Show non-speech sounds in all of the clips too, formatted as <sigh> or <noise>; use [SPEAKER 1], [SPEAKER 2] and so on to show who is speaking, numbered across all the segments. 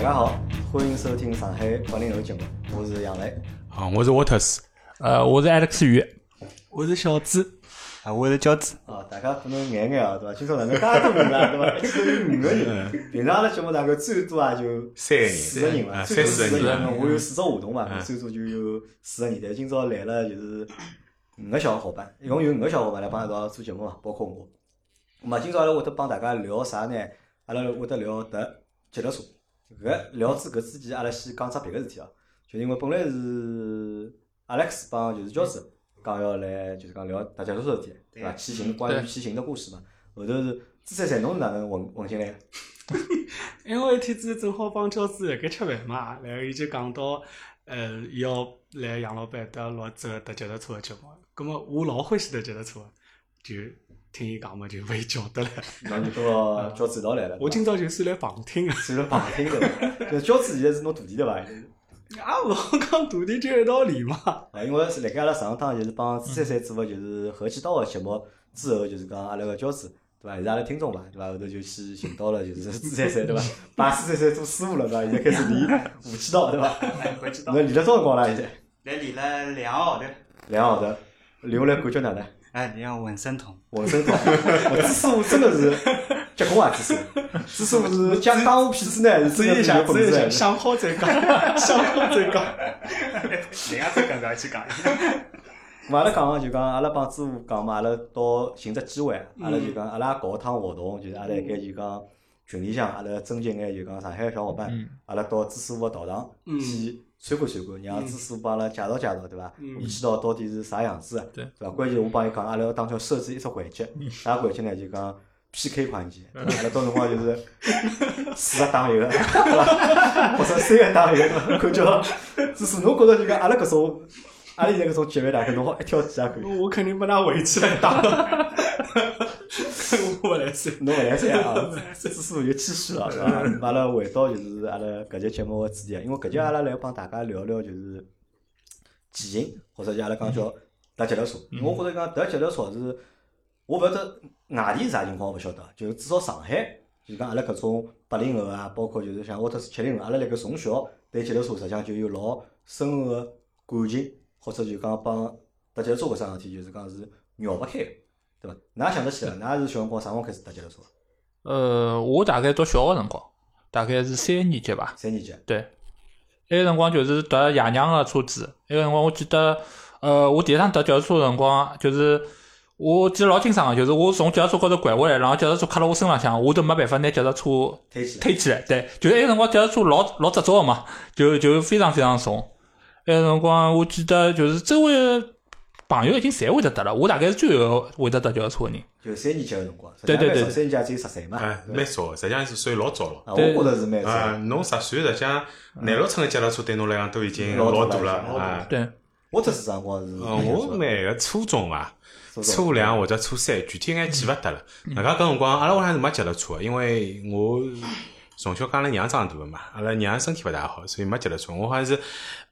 [SPEAKER 1] 家好，欢迎收听上海八零后节目，我是杨澜，
[SPEAKER 2] 啊，我是 Waters，
[SPEAKER 3] 呃，我是 Alex 宇，
[SPEAKER 4] 我是小朱，
[SPEAKER 5] 啊，我是娇子，
[SPEAKER 1] 啊，大家可能眼眼啊，对伐？今朝哪能介多人啊，对伐？一直有五个人，平常阿拉节目大概最多也就
[SPEAKER 2] 三个人
[SPEAKER 1] 四个人嘛，
[SPEAKER 2] 啊
[SPEAKER 1] 最多四
[SPEAKER 2] 三四
[SPEAKER 1] 个
[SPEAKER 2] 个
[SPEAKER 1] 人
[SPEAKER 2] 人
[SPEAKER 1] 嘛，我有四只活动嘛
[SPEAKER 2] 嗯，
[SPEAKER 1] 最多就有四个人。但今朝来了就是五个小伙伴，一共有五个小伙伴来帮一道做节目嘛，包括我。那么今朝阿拉会得帮大家聊啥呢？阿拉会得聊得脚踏车。搿个聊之搿之前，阿拉先讲只别个事体啊，就因为本来是 Alex 帮就是娇子讲要来，就是讲聊踏脚踏车的事体，对伐？骑行关于骑行的故事嘛。后头是朱三三侬是哪能混混进 <laughs> 来的？
[SPEAKER 4] 因为一天子正好帮娇子辣盖吃饭嘛，然后伊就讲到，呃，伊要来杨老板搭录这搭脚踏车个节目，葛末我老欢喜搭脚踏车的，就听伊讲嘛，就被叫得来。
[SPEAKER 1] 侬就跟牢娇子一道来了。
[SPEAKER 4] 我今朝就是来旁听个，
[SPEAKER 1] 算了旁听 <laughs> 对伐？就娇子现在是侬徒弟对伐？
[SPEAKER 4] 啊，勿好讲徒弟就一道理嘛。
[SPEAKER 1] 啊，因为是辣盖阿拉上趟就是帮朱三三做个就是合气道个节目之后，就是讲阿拉个娇子对伐？现在阿拉听众嘛对伐？后头就去寻到了就是 <laughs> 朱三三对伐？把朱三三做师傅了对伐？现在开始练武气道对伐？
[SPEAKER 5] 哎，我知道
[SPEAKER 1] 侬，练了多少辰光了？现在
[SPEAKER 5] 来练了两个号头，
[SPEAKER 1] 两个号头，练下来感觉哪能？
[SPEAKER 5] 哎，你像浑身痛，
[SPEAKER 1] 浑身痛， <laughs> 我朱师傅真的是结棍啊！朱师傅，朱师傅是讲江湖痞子呢，还是
[SPEAKER 4] 注
[SPEAKER 1] 真的
[SPEAKER 4] 意一
[SPEAKER 1] 是
[SPEAKER 4] 下，
[SPEAKER 1] 有
[SPEAKER 4] 注
[SPEAKER 1] 本
[SPEAKER 4] 意一
[SPEAKER 1] 事
[SPEAKER 4] 下，
[SPEAKER 1] 啊？
[SPEAKER 4] 想好再讲， <laughs> 想好再讲。
[SPEAKER 5] 人家再跟咱去讲，
[SPEAKER 1] 咁阿拉讲啊就讲，阿拉帮师傅讲嘛，阿拉到寻只机会，
[SPEAKER 4] 嗯
[SPEAKER 1] 阿拉就讲，阿拉搞一趟活动，就是阿拉一该就讲群里向，阿拉征集眼就讲上海个小伙伴，阿拉到朱师傅个道场
[SPEAKER 4] 嗯
[SPEAKER 1] 去参观参观，让朱师傅帮阿拉介绍介绍，对伐？
[SPEAKER 4] 嗯
[SPEAKER 1] 武器道到底是啥样子啊？
[SPEAKER 3] 对
[SPEAKER 1] 伐？关键我帮伊讲，阿拉要当中设置一只环节，
[SPEAKER 4] 嗯
[SPEAKER 1] 啥环节呢？就讲 PK 环节，对伐阿拉到辰光就是四个打一个，对伐？或者三个打一个，对伐感觉到朱师傅，侬觉着就讲阿拉搿种。阿拉现在搿种级别大概侬好一挑几下可以。
[SPEAKER 4] 我肯定把他围起来打， <laughs> 我勿来塞。
[SPEAKER 1] <laughs> 侬勿来三啊，这次有气势了，是伐？阿拉回到就是阿拉搿节节目个主题，啊因为搿节阿拉来帮大家聊聊就是骑行，或者就阿拉讲叫踏脚踏车。因为我觉着讲踏脚踏车是，我勿晓得外地是啥情况，我勿晓得，就是至少上海，就是讲阿拉搿种八零后啊，包括就是像沃特斯七零后，阿拉辣盖从小对脚踏车实际上就有老深厚个感情，或者就讲帮踏脚踏车搿桩事体，就是讲是绕勿开个。对
[SPEAKER 2] 呃
[SPEAKER 1] 伐？㑚想得起来，㑚是小辰光啥辰光开始踏脚踏车？
[SPEAKER 3] 呃，我大概读小学辰光，大概是三年级吧，
[SPEAKER 1] 三年级。啊
[SPEAKER 3] 对，那个辰光就是搭爷娘个车子，那个辰光我记得，呃，我第一趟搭脚踏车的辰光啊就是。我记得老清爽个，就是我从脚踏车高头拐下来，然后脚踏车卡辣我身浪向，我都没办法拿脚踏车
[SPEAKER 1] 推起来
[SPEAKER 3] 推起来。对，就是那个辰光脚踏车老老执着个嘛，就就非常非常重。那个辰光我记得就是周围的朋友已经侪会得搭了，我大概是最后会得搭脚踏车个人。
[SPEAKER 1] 就三年级个辰光，
[SPEAKER 3] 对对对
[SPEAKER 1] 实际上蛮少三年级啊也只有十岁嘛。
[SPEAKER 2] 哎，
[SPEAKER 1] 对
[SPEAKER 2] 蛮早的，实际上是算老早了。
[SPEAKER 1] 啊，我觉着是蛮
[SPEAKER 2] 啊，
[SPEAKER 1] 少。
[SPEAKER 2] 侬十岁实际上廿六寸的脚踏车对侬来讲都已经
[SPEAKER 1] 嗯老
[SPEAKER 2] 老
[SPEAKER 1] 大
[SPEAKER 2] 大
[SPEAKER 1] 了
[SPEAKER 2] 了
[SPEAKER 1] 老大
[SPEAKER 2] 啊。
[SPEAKER 3] 对，
[SPEAKER 1] 我只是啥辰光是。
[SPEAKER 2] 呃，我每个初啊中伐，
[SPEAKER 1] 初中
[SPEAKER 2] 初两或者初三，具体眼记勿得了。外加搿辰光，阿拉屋里向是没脚踏车的，因为我从小跟阿拉娘长大个嘛，阿拉娘身体勿大好，所以没脚踏车。我好像是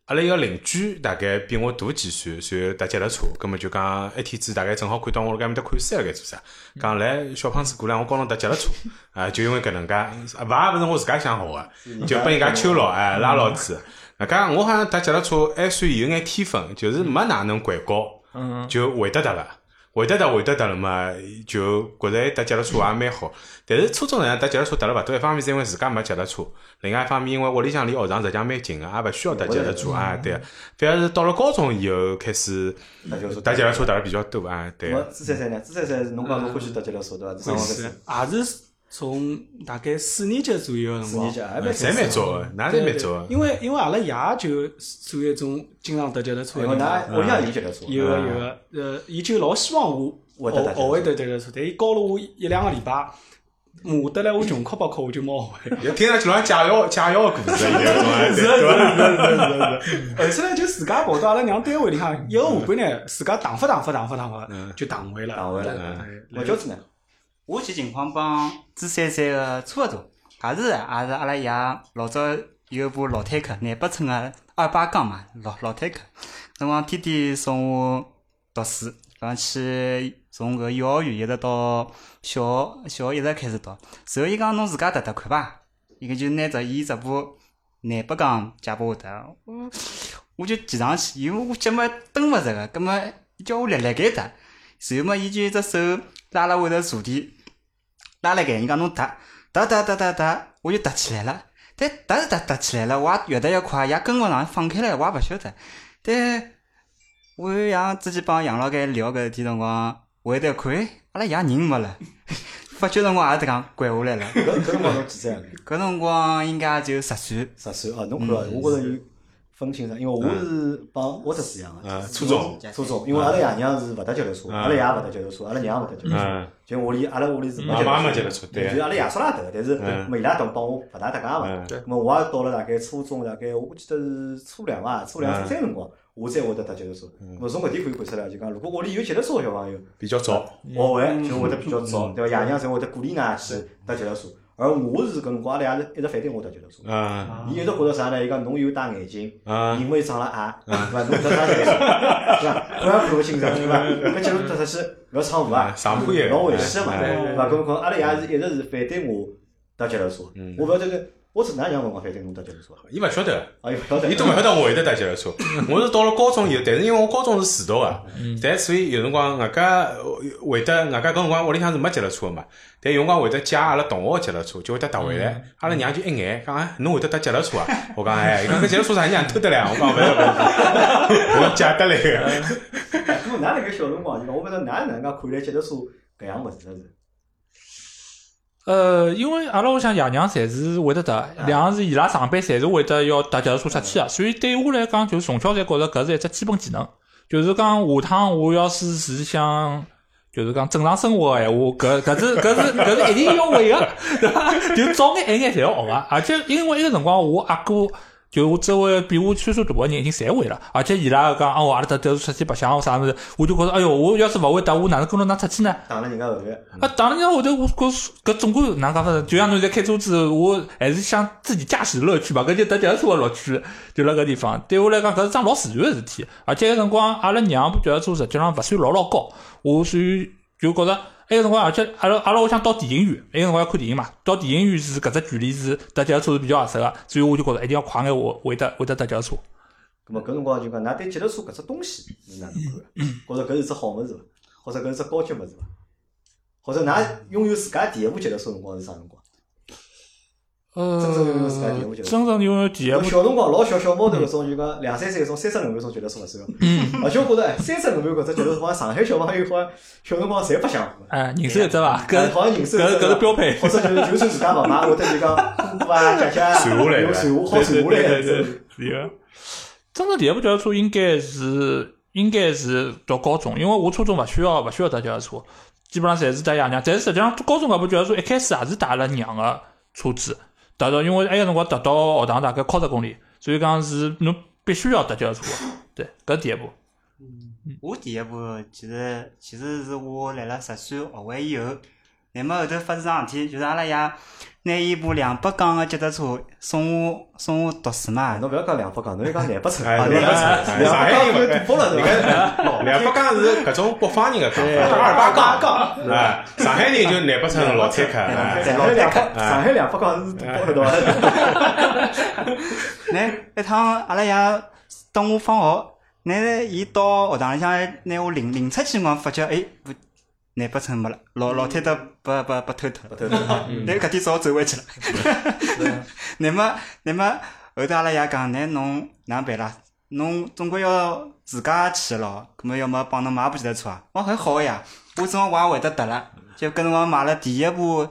[SPEAKER 2] 阿拉一个邻居，大概比我大几岁，随后搭脚踏车，葛末就讲一天子大概正好看到我辣盖面搭看书辣盖做啥，讲来小胖子过来，我教侬搭脚踏车，啊，就因为搿能介，啊，勿也勿是我自家想好个，就被人家揪牢，哎，拉牢子。外加我好像搭脚踏车还算有眼天分，就是没哪能拐高。
[SPEAKER 3] 嗯，
[SPEAKER 2] 就会得得了，会得得会得得了嘛，就觉着搭脚踏车也蛮好。但是初中呢，搭脚踏车踏了勿多，一方面是因为自家没脚踏车，另外一方面因为屋里向离学堂实际上蛮近个，也勿需要搭脚踏车啊。
[SPEAKER 1] 嗯
[SPEAKER 2] 对，反而是到了高中以后开始
[SPEAKER 1] 踏嗯脚踏车
[SPEAKER 2] 嗯搭脚踏车踏了比较多啊。对
[SPEAKER 1] 那，么朱三三呢？朱三三是侬讲侬欢喜踏脚踏车对伐？是啥辰光开始？
[SPEAKER 4] 也是从大概四年级左右个辰
[SPEAKER 1] 四
[SPEAKER 4] 光
[SPEAKER 1] 年级，啊还蛮
[SPEAKER 2] 嗯侪蛮早个，㑚侪蛮早个。
[SPEAKER 4] 因为因为阿拉爷就属于一种经常搭脚踏车
[SPEAKER 1] 因
[SPEAKER 2] 嗯
[SPEAKER 1] 为
[SPEAKER 4] 的人嘛，
[SPEAKER 1] 㑚屋里向有脚踏车，
[SPEAKER 4] 有
[SPEAKER 2] 啊
[SPEAKER 4] 个有个，呃，伊就老希望我
[SPEAKER 1] 会
[SPEAKER 4] 学
[SPEAKER 1] 得搭脚踏车
[SPEAKER 4] 学会得脚踏车，但伊教了我一两个礼拜，磨得来我穷哭八哭，我就没学会。
[SPEAKER 2] 听上去老像解药解药故事一样，啊
[SPEAKER 1] <laughs>
[SPEAKER 2] 对伐？
[SPEAKER 4] <laughs> 而且呢，就自家跑到阿拉娘单位里向，一个下半呢，自家打发打发打发打发，就打嗯回了。
[SPEAKER 1] 打回来
[SPEAKER 4] 了。嗯
[SPEAKER 1] 老嗯娇子呢？
[SPEAKER 5] 我去情况帮朱三三个差勿多，也是也是阿拉爷老早有一部老坦克，廿八寸个二八杠嘛，老老坦克，辰光天天送我读书，讲去从搿幼儿园一直到小学，小学一直开始读。随后伊讲侬自家踏踏看伐，伊个就拿着伊这部廿八杠借拨我得，我我就骑上去，因为我脚么蹬勿着个，葛么伊叫我立辣盖搭，随后么伊就一只手拉了我的坐垫，拉辣盖，伊讲侬踏踏踏踏踏踏，我就踏起来了，但踏是踏踏起来了，我也越踏越快，也跟勿上，放开了我也勿晓得，但。我像之前帮杨老板聊搿事体辰光，我一得看，哎阿拉爷人没了， <laughs> 发觉辰光也是讲拐下来了。
[SPEAKER 1] 搿搿辰光侬几岁啊？
[SPEAKER 5] 搿辰光应该就十岁，
[SPEAKER 1] 十岁哦，侬看
[SPEAKER 2] 嗯
[SPEAKER 1] 哦，我觉着有分清爽，因为我是帮沃特斯一样
[SPEAKER 2] 嗯
[SPEAKER 1] 的，
[SPEAKER 2] 初中
[SPEAKER 1] 初中，因为阿拉爷娘是勿搭脚踏车，阿拉爷勿搭脚踏车，阿拉娘勿搭脚踏
[SPEAKER 2] 嗯
[SPEAKER 1] 车，就屋里阿拉屋里是
[SPEAKER 2] 妈妈没
[SPEAKER 1] 没
[SPEAKER 2] 接
[SPEAKER 1] 脚
[SPEAKER 2] 了
[SPEAKER 1] 踏
[SPEAKER 2] 车，
[SPEAKER 1] 就
[SPEAKER 2] 对啊
[SPEAKER 1] 是，阿拉爷叔拉头，但是
[SPEAKER 2] 嗯
[SPEAKER 1] 没伊拉懂帮我勿大搭嘎嘛
[SPEAKER 2] 嗯。
[SPEAKER 1] 咾么我也到了大概初中，大概我记得是初两伐，初两
[SPEAKER 2] 嗯
[SPEAKER 1] 初三辰光，我才会得搭脚踏车。咾么从搿点可以看出来，就讲如果屋里有脚踏车个小朋友，
[SPEAKER 2] 比较早，
[SPEAKER 1] 学会就会
[SPEAKER 2] 嗯
[SPEAKER 1] 得比较早，对伐？爷娘才会得鼓励㑚去搭脚踏车，而我是搿辰光阿拉爷是一直反对我搭脚踏车。
[SPEAKER 2] 嗯
[SPEAKER 1] 伊一直觉着啥呢？伊讲侬又戴眼镜，
[SPEAKER 2] 嗯
[SPEAKER 1] 人为长了矮，对伐？侬得啥眼镜，对伐？我也看勿清爽，对伐？搿节目搭出去勿要闯祸啊
[SPEAKER 2] 嗯，上坡也
[SPEAKER 1] 老危险嘛，
[SPEAKER 2] 嗯
[SPEAKER 1] 对伐？搿么讲，阿拉爷是一直是反对我搭脚踏车，我勿晓得搿，我是哪样辰光反对侬搭脚踏车？
[SPEAKER 2] 伊勿晓得。
[SPEAKER 1] 哎，勿晓得，
[SPEAKER 2] 伊
[SPEAKER 1] <laughs>
[SPEAKER 2] 都勿晓得我会得搭脚踏车，我是到了高中以后，但是因为我高中是住校个，但所以有辰光外家会得外家搿辰光屋里向是没脚踏车个嘛，但有辰光会得借阿拉同学个脚踏车，就会得搭回来，阿拉娘就一眼讲，哎，侬会得搭脚踏车啊？我讲哎，伊讲搿脚踏车啥人家偷得来啊？我讲勿晓得，我借得来个，
[SPEAKER 1] 搿么㑚辣盖小辰光，我勿晓得㑚哪能介看待脚踏车搿样物事呢？是
[SPEAKER 3] 呃，因为阿拉屋里向爷娘侪是会得搭，两个是伊拉上班侪是会得要搭脚踏车出去个，啊所以对我来讲，就是从小侪觉着搿是一只基本技能。就是讲下趟我要是是想，就是讲正常生活个闲话，搿搿是搿是搿是一定要会个，对伐？ <laughs> 就早眼晚眼侪要学个，而且因为埃个辰光我阿哥。就我周围比我岁数大个人已经侪会了，而且伊拉讲哦，阿拉搭搭出去白相啥物事，我就觉着哎哟，我要是勿会搭，我哪能跟侬㑚出去呢？
[SPEAKER 1] 打了人家后头，
[SPEAKER 3] 啊，当然了，我就我搿搿总归哪能讲法呢？就像侬在开车子，我还是想自己驾驶乐趣吧，搿就搭脚踏车个乐趣就辣搿地方。对我来讲，搿是桩老自然个事体，而且搿辰光阿拉娘部脚踏车实际上勿算老老高，我所以就觉着。埃个辰光，而且阿拉阿拉屋里向到电影院，埃个辰光要看电影嘛，到电影院是搿只距离是搭脚踏车是比较合适个，所以我就觉着一定要快眼会会得会得搭脚踏车。
[SPEAKER 1] 搿么搿辰光就讲，㑚对脚踏车搿只东西是哪能看个？觉着搿是只好物事伐？或者搿是只高级物事伐？或者㑚拥有自家第一部脚踏车辰光是啥辰光？
[SPEAKER 3] 呃
[SPEAKER 1] 真正拥有自家电我觉得
[SPEAKER 3] 真正拥有第一部
[SPEAKER 1] 我小辰光老小小猫头搿种，就讲两三岁搿种三十轮搿种觉得是勿算。
[SPEAKER 2] 嗯
[SPEAKER 1] 而且我觉着哎，三十轮搿只觉得是好像上海小朋友好像小辰光侪白相过。
[SPEAKER 3] 哎，人手一只伐？搿
[SPEAKER 1] 好像人手一只
[SPEAKER 3] 搿搿是标配
[SPEAKER 1] 或者就是就算自家勿买，会得就讲姑姑啊、姐姐啊，
[SPEAKER 2] 传下来
[SPEAKER 1] 有
[SPEAKER 2] 的
[SPEAKER 1] 传下好传下来的这
[SPEAKER 3] 对对
[SPEAKER 1] 种。
[SPEAKER 3] 对个。真正第一部脚踏车应该是应该是读高中，因为我初中勿需要勿需要搭脚踏车，基本上侪是搭爷娘。但是哎实际上高中搿部脚踏车一开始也是搭阿拉娘个车子，达到因为埃个辰光达到学堂大概靠十公里，所以讲是侬必须要搭脚踏车的。对，搿是第一步。
[SPEAKER 5] 我第一部其实其实是我辣辣十岁学会以后，乃末后头发生桩事体，就是阿拉爷拿伊部两百杠个脚踏车送我送我读书嘛，
[SPEAKER 1] 哎侬勿要讲两百讲，侬就讲廿八成，
[SPEAKER 2] 哎
[SPEAKER 1] 啊，
[SPEAKER 2] 两
[SPEAKER 1] 两
[SPEAKER 2] 百
[SPEAKER 1] 百
[SPEAKER 2] 成
[SPEAKER 1] 成，
[SPEAKER 2] 哎
[SPEAKER 1] 两
[SPEAKER 2] 上海
[SPEAKER 1] 百讲哎
[SPEAKER 2] 人
[SPEAKER 1] 就突破了，对伐？
[SPEAKER 2] 两八杠是搿种北方人个讲法，二八杠，啊，上海人就廿八乘老菜客，哎
[SPEAKER 1] 上海两百，上海两百讲是突破了，对
[SPEAKER 2] <laughs>
[SPEAKER 1] 伐？
[SPEAKER 5] 那一趟阿拉爷等我放学，那伊到学堂里向拿我领领出去辰光，发觉哎，不，那把秤没了，老老太太把把把偷脱了，
[SPEAKER 1] 对对对
[SPEAKER 5] 那搿天只好走回去了。 <laughs> 那么那么后头阿拉爷讲，那侬哪能办啦？侬总归要自家去咯，葛么要么帮侬买部电动车啊？哦，还好呀，我正好我也会得得了，就搿辰光买了第一部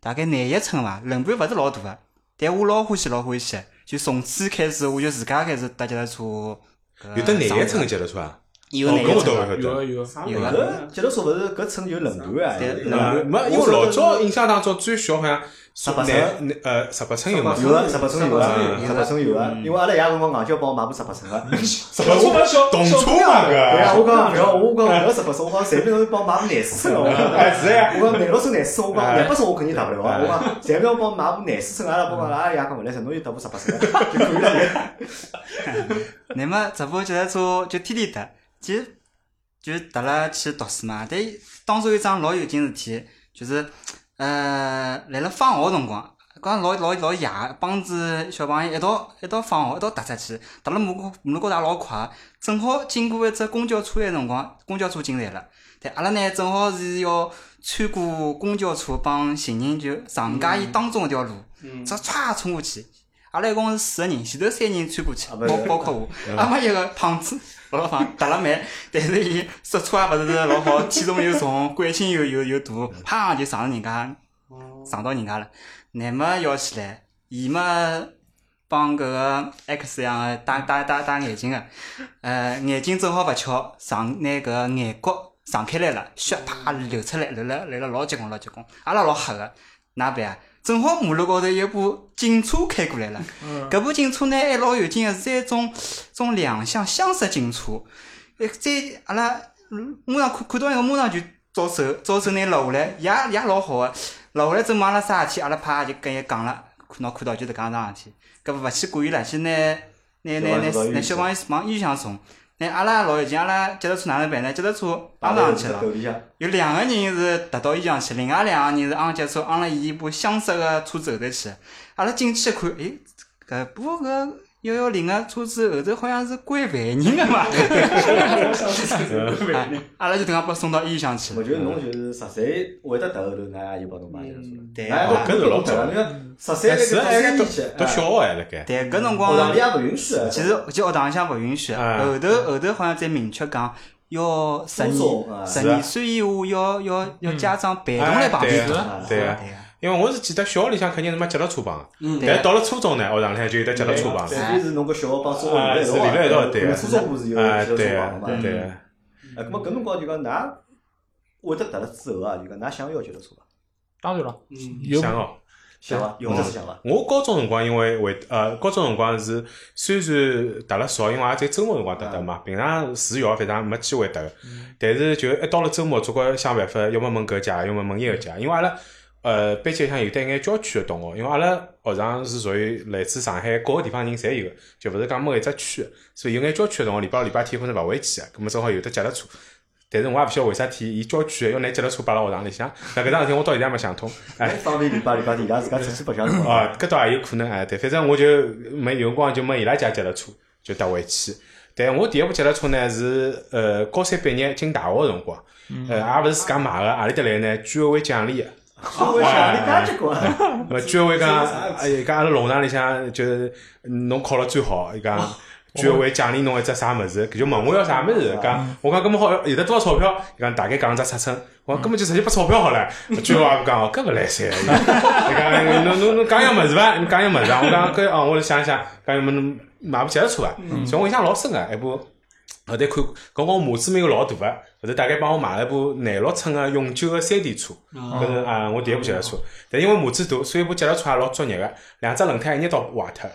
[SPEAKER 5] 大概廿一寸伐，轮盘勿是老大个，但我老欢喜老欢喜，就从此开始我就自家开始搭脚踏车。搿
[SPEAKER 2] 有得廿一
[SPEAKER 5] 上
[SPEAKER 2] 乘
[SPEAKER 5] 路
[SPEAKER 2] 个脚踏车啊？
[SPEAKER 5] 有
[SPEAKER 2] 哦
[SPEAKER 5] 廿
[SPEAKER 2] 搿
[SPEAKER 5] 一
[SPEAKER 2] 我倒
[SPEAKER 5] 寸
[SPEAKER 2] 勿
[SPEAKER 5] 啊，
[SPEAKER 2] 晓得。
[SPEAKER 3] 有
[SPEAKER 4] 啥
[SPEAKER 5] 有
[SPEAKER 4] 物
[SPEAKER 1] 搿
[SPEAKER 4] 事
[SPEAKER 1] 脚踏车勿是搿称有轮盘啊，
[SPEAKER 5] 对
[SPEAKER 1] 轮
[SPEAKER 2] 啊，
[SPEAKER 1] 盘
[SPEAKER 2] 没，因为老早印象当中最小好像
[SPEAKER 1] 十八
[SPEAKER 2] 廿廿呃十八乘有嘛，
[SPEAKER 1] 有啊，十八寸有啊，
[SPEAKER 2] 嗯
[SPEAKER 1] 十八寸有啊，因为阿拉爷辰光硬叫帮我买部十八啊寸 <laughs> 个。
[SPEAKER 2] 十八车动车嘛
[SPEAKER 1] 对啊，
[SPEAKER 2] 搿，
[SPEAKER 1] 我讲勿要，我讲勿要十八寸，我讲随便侬帮我买部廿四寸个。我 <laughs>
[SPEAKER 2] 哎是呀
[SPEAKER 1] 讲，啊我讲廿六寸、廿四寸，我讲
[SPEAKER 2] 哎
[SPEAKER 1] 廿八寸我肯定达勿了啊。
[SPEAKER 2] 哎
[SPEAKER 1] 我讲随便帮我买部廿四寸，阿拉帮我讲阿拉爷讲勿来塞，侬就达部十八寸个就可以了。
[SPEAKER 5] <laughs> 那么这部脚踏车就天天搭，其实就是搭了去读书嘛。但当中有一桩老有劲事体，就是呃，辣辣放学辰光，讲老老老野，帮子小朋友一道一道放学，一道踏出去，踏了马路马路高头也老快，正好经过一只公交车的辰光，公交车进来了。对，阿拉呢正好是要穿过公交车帮行人就上街
[SPEAKER 1] 嗯
[SPEAKER 5] 伊当中一条路，只歘冲过去。阿拉一共是四个人，前头三人穿过去，
[SPEAKER 1] 啊不
[SPEAKER 5] 包
[SPEAKER 1] 是
[SPEAKER 5] 包括我。阿妈一个胖子，老老胖，踏了慢，但是伊刹车也勿是老好，体重又重，惯性又又又大，
[SPEAKER 1] 嗯
[SPEAKER 5] 啪就上了人家，
[SPEAKER 1] 哦
[SPEAKER 5] 上到人家了。乃末摇起来，伊嘛帮搿个 X 一样个戴戴戴戴眼镜个，呃，眼睛正好勿巧上拿搿个眼角上开来了，血啪流出来，流了流了老结棍老结棍，阿拉老吓个，哪办啊？正好马路高头有一部警车开过来了，搿部警车呢还老有劲个，是一种种两厢厢式警车。哎，再阿拉嗯马上看看到一个，马上就招手，招手拿拉下来，也也老好个。拉下来之后，阿拉啥事体，阿拉啪就跟伊讲了，看喏看到就迭桩桩事体，搿勿去管伊了，去拿拿拿拿拿小朋友往医院送。那阿拉也老有劲，阿拉脚踏车哪能办呢？脚踏车
[SPEAKER 1] 摆
[SPEAKER 5] 昂
[SPEAKER 1] 辣
[SPEAKER 5] 上
[SPEAKER 1] 一
[SPEAKER 5] 去
[SPEAKER 1] 只
[SPEAKER 5] 了
[SPEAKER 1] 斗。里向，
[SPEAKER 5] 有两个人是踏到医院去，另外两个人是昂脚车昂了伊一部相似个车子后头去。阿拉进去一看，诶，搿部搿幺幺零个车子后头好像是关犯人个嘛。
[SPEAKER 2] <laughs>
[SPEAKER 5] 啊 <laughs> 阿拉就等下被送到医院去
[SPEAKER 1] 我
[SPEAKER 5] 了。
[SPEAKER 1] 觉得侬就是十岁会得踏后头，㑚爷就帮侬买一辆车了。
[SPEAKER 5] 对
[SPEAKER 1] 哎
[SPEAKER 5] 啊
[SPEAKER 1] 搿是老早了，十岁那个
[SPEAKER 2] 是啊
[SPEAKER 1] 三
[SPEAKER 2] 是啊
[SPEAKER 1] 个年纪，
[SPEAKER 2] 读小学还辣盖，
[SPEAKER 5] 但搿辰
[SPEAKER 1] 学
[SPEAKER 5] 光
[SPEAKER 1] 堂里，也勿允许。啊
[SPEAKER 5] 其实就学堂里向勿允许，
[SPEAKER 2] 哎
[SPEAKER 5] 后头后头好像才明确讲。要十
[SPEAKER 1] 送送啊
[SPEAKER 5] 二十
[SPEAKER 2] 是啊
[SPEAKER 5] 二岁以下，要要要家长陪同
[SPEAKER 2] 哎
[SPEAKER 5] 来旁边
[SPEAKER 2] 对
[SPEAKER 5] 看。
[SPEAKER 2] 啊对啊
[SPEAKER 5] 对啊，
[SPEAKER 2] 因为我是记得小学里向肯定是没脚踏车帮
[SPEAKER 5] 嗯
[SPEAKER 2] 个，但是到了初中呢，学堂里向就有得脚踏车帮
[SPEAKER 1] 除
[SPEAKER 2] 了。
[SPEAKER 1] 非是侬个小学帮中
[SPEAKER 2] 啊，
[SPEAKER 1] 学
[SPEAKER 2] 是
[SPEAKER 1] 一
[SPEAKER 2] 理论一道
[SPEAKER 1] 道
[SPEAKER 2] 对啊
[SPEAKER 1] 初中部是有
[SPEAKER 2] 啊，
[SPEAKER 1] 有
[SPEAKER 2] 对
[SPEAKER 1] 车
[SPEAKER 2] 啊
[SPEAKER 1] 房，嘛。
[SPEAKER 2] 对啊，
[SPEAKER 1] 哎，那么搿辰光就讲，㑚会得踏了之后啊，就讲㑚想要就得车伐？
[SPEAKER 3] 当然了，
[SPEAKER 4] 嗯，
[SPEAKER 3] 有
[SPEAKER 2] 想哦。
[SPEAKER 1] 想伐？有是想伐？
[SPEAKER 2] 我高中辰光因为会呃，高中辰光是虽然踏了啊少，因为也在周末辰光踏踏嘛，平常住校反正没机会踏个。但是就一到了周末，总归想办法，要么问搿家，要么问伊搿家，因为阿拉呃班级里向有得眼郊区个同学，因为阿拉学堂是属于来自上海各个地方人侪有个，就勿是讲某一只区个，所以有眼郊区个同学礼拜六礼拜天可能勿回去个，葛末正好有得脚踏车。但是我也勿晓得为啥体，伊郊区个要拿脚踏车摆辣学堂里向，那搿桩事体我到现在也没想通。哎，
[SPEAKER 1] 方便礼拜礼拜天，伊拉自家出去白相是伐？
[SPEAKER 2] 啊，搿倒也有可能哎，对，反正我就没有辰光就没伊拉家脚踏车，就搭回去。但我第一部脚踏车呢是呃高三毕业进大学个辰光，呃也勿是自家买个，何里搭来呢？居委会奖励个。
[SPEAKER 1] 我想你家结棍，
[SPEAKER 2] 呃，居委会讲，哎，伊讲阿拉弄堂里向就是侬考了最好，伊讲居委会奖励侬一只啥物事，就问我要啥物事，讲我讲搿么好有得多少钞票，伊讲大概讲只尺寸，我讲搿么就直接拨钞票好了，居委会也讲哦，搿勿来三，伊讲哎侬侬侬讲样物事伐？侬讲样物事伐？我讲搿哦，我就想一想，讲有没侬买部脚踏车伐？啊所以我印象老深啊个，一部。后头看，搿光码子没有老大个，后头大概帮我买了一部廿六寸啊个永久个山地车，搿是啊我第一部脚踏车。但因为码子大，所以部脚踏车也老作孽个，两只轮胎一日到
[SPEAKER 1] <laughs>
[SPEAKER 2] 坏脱。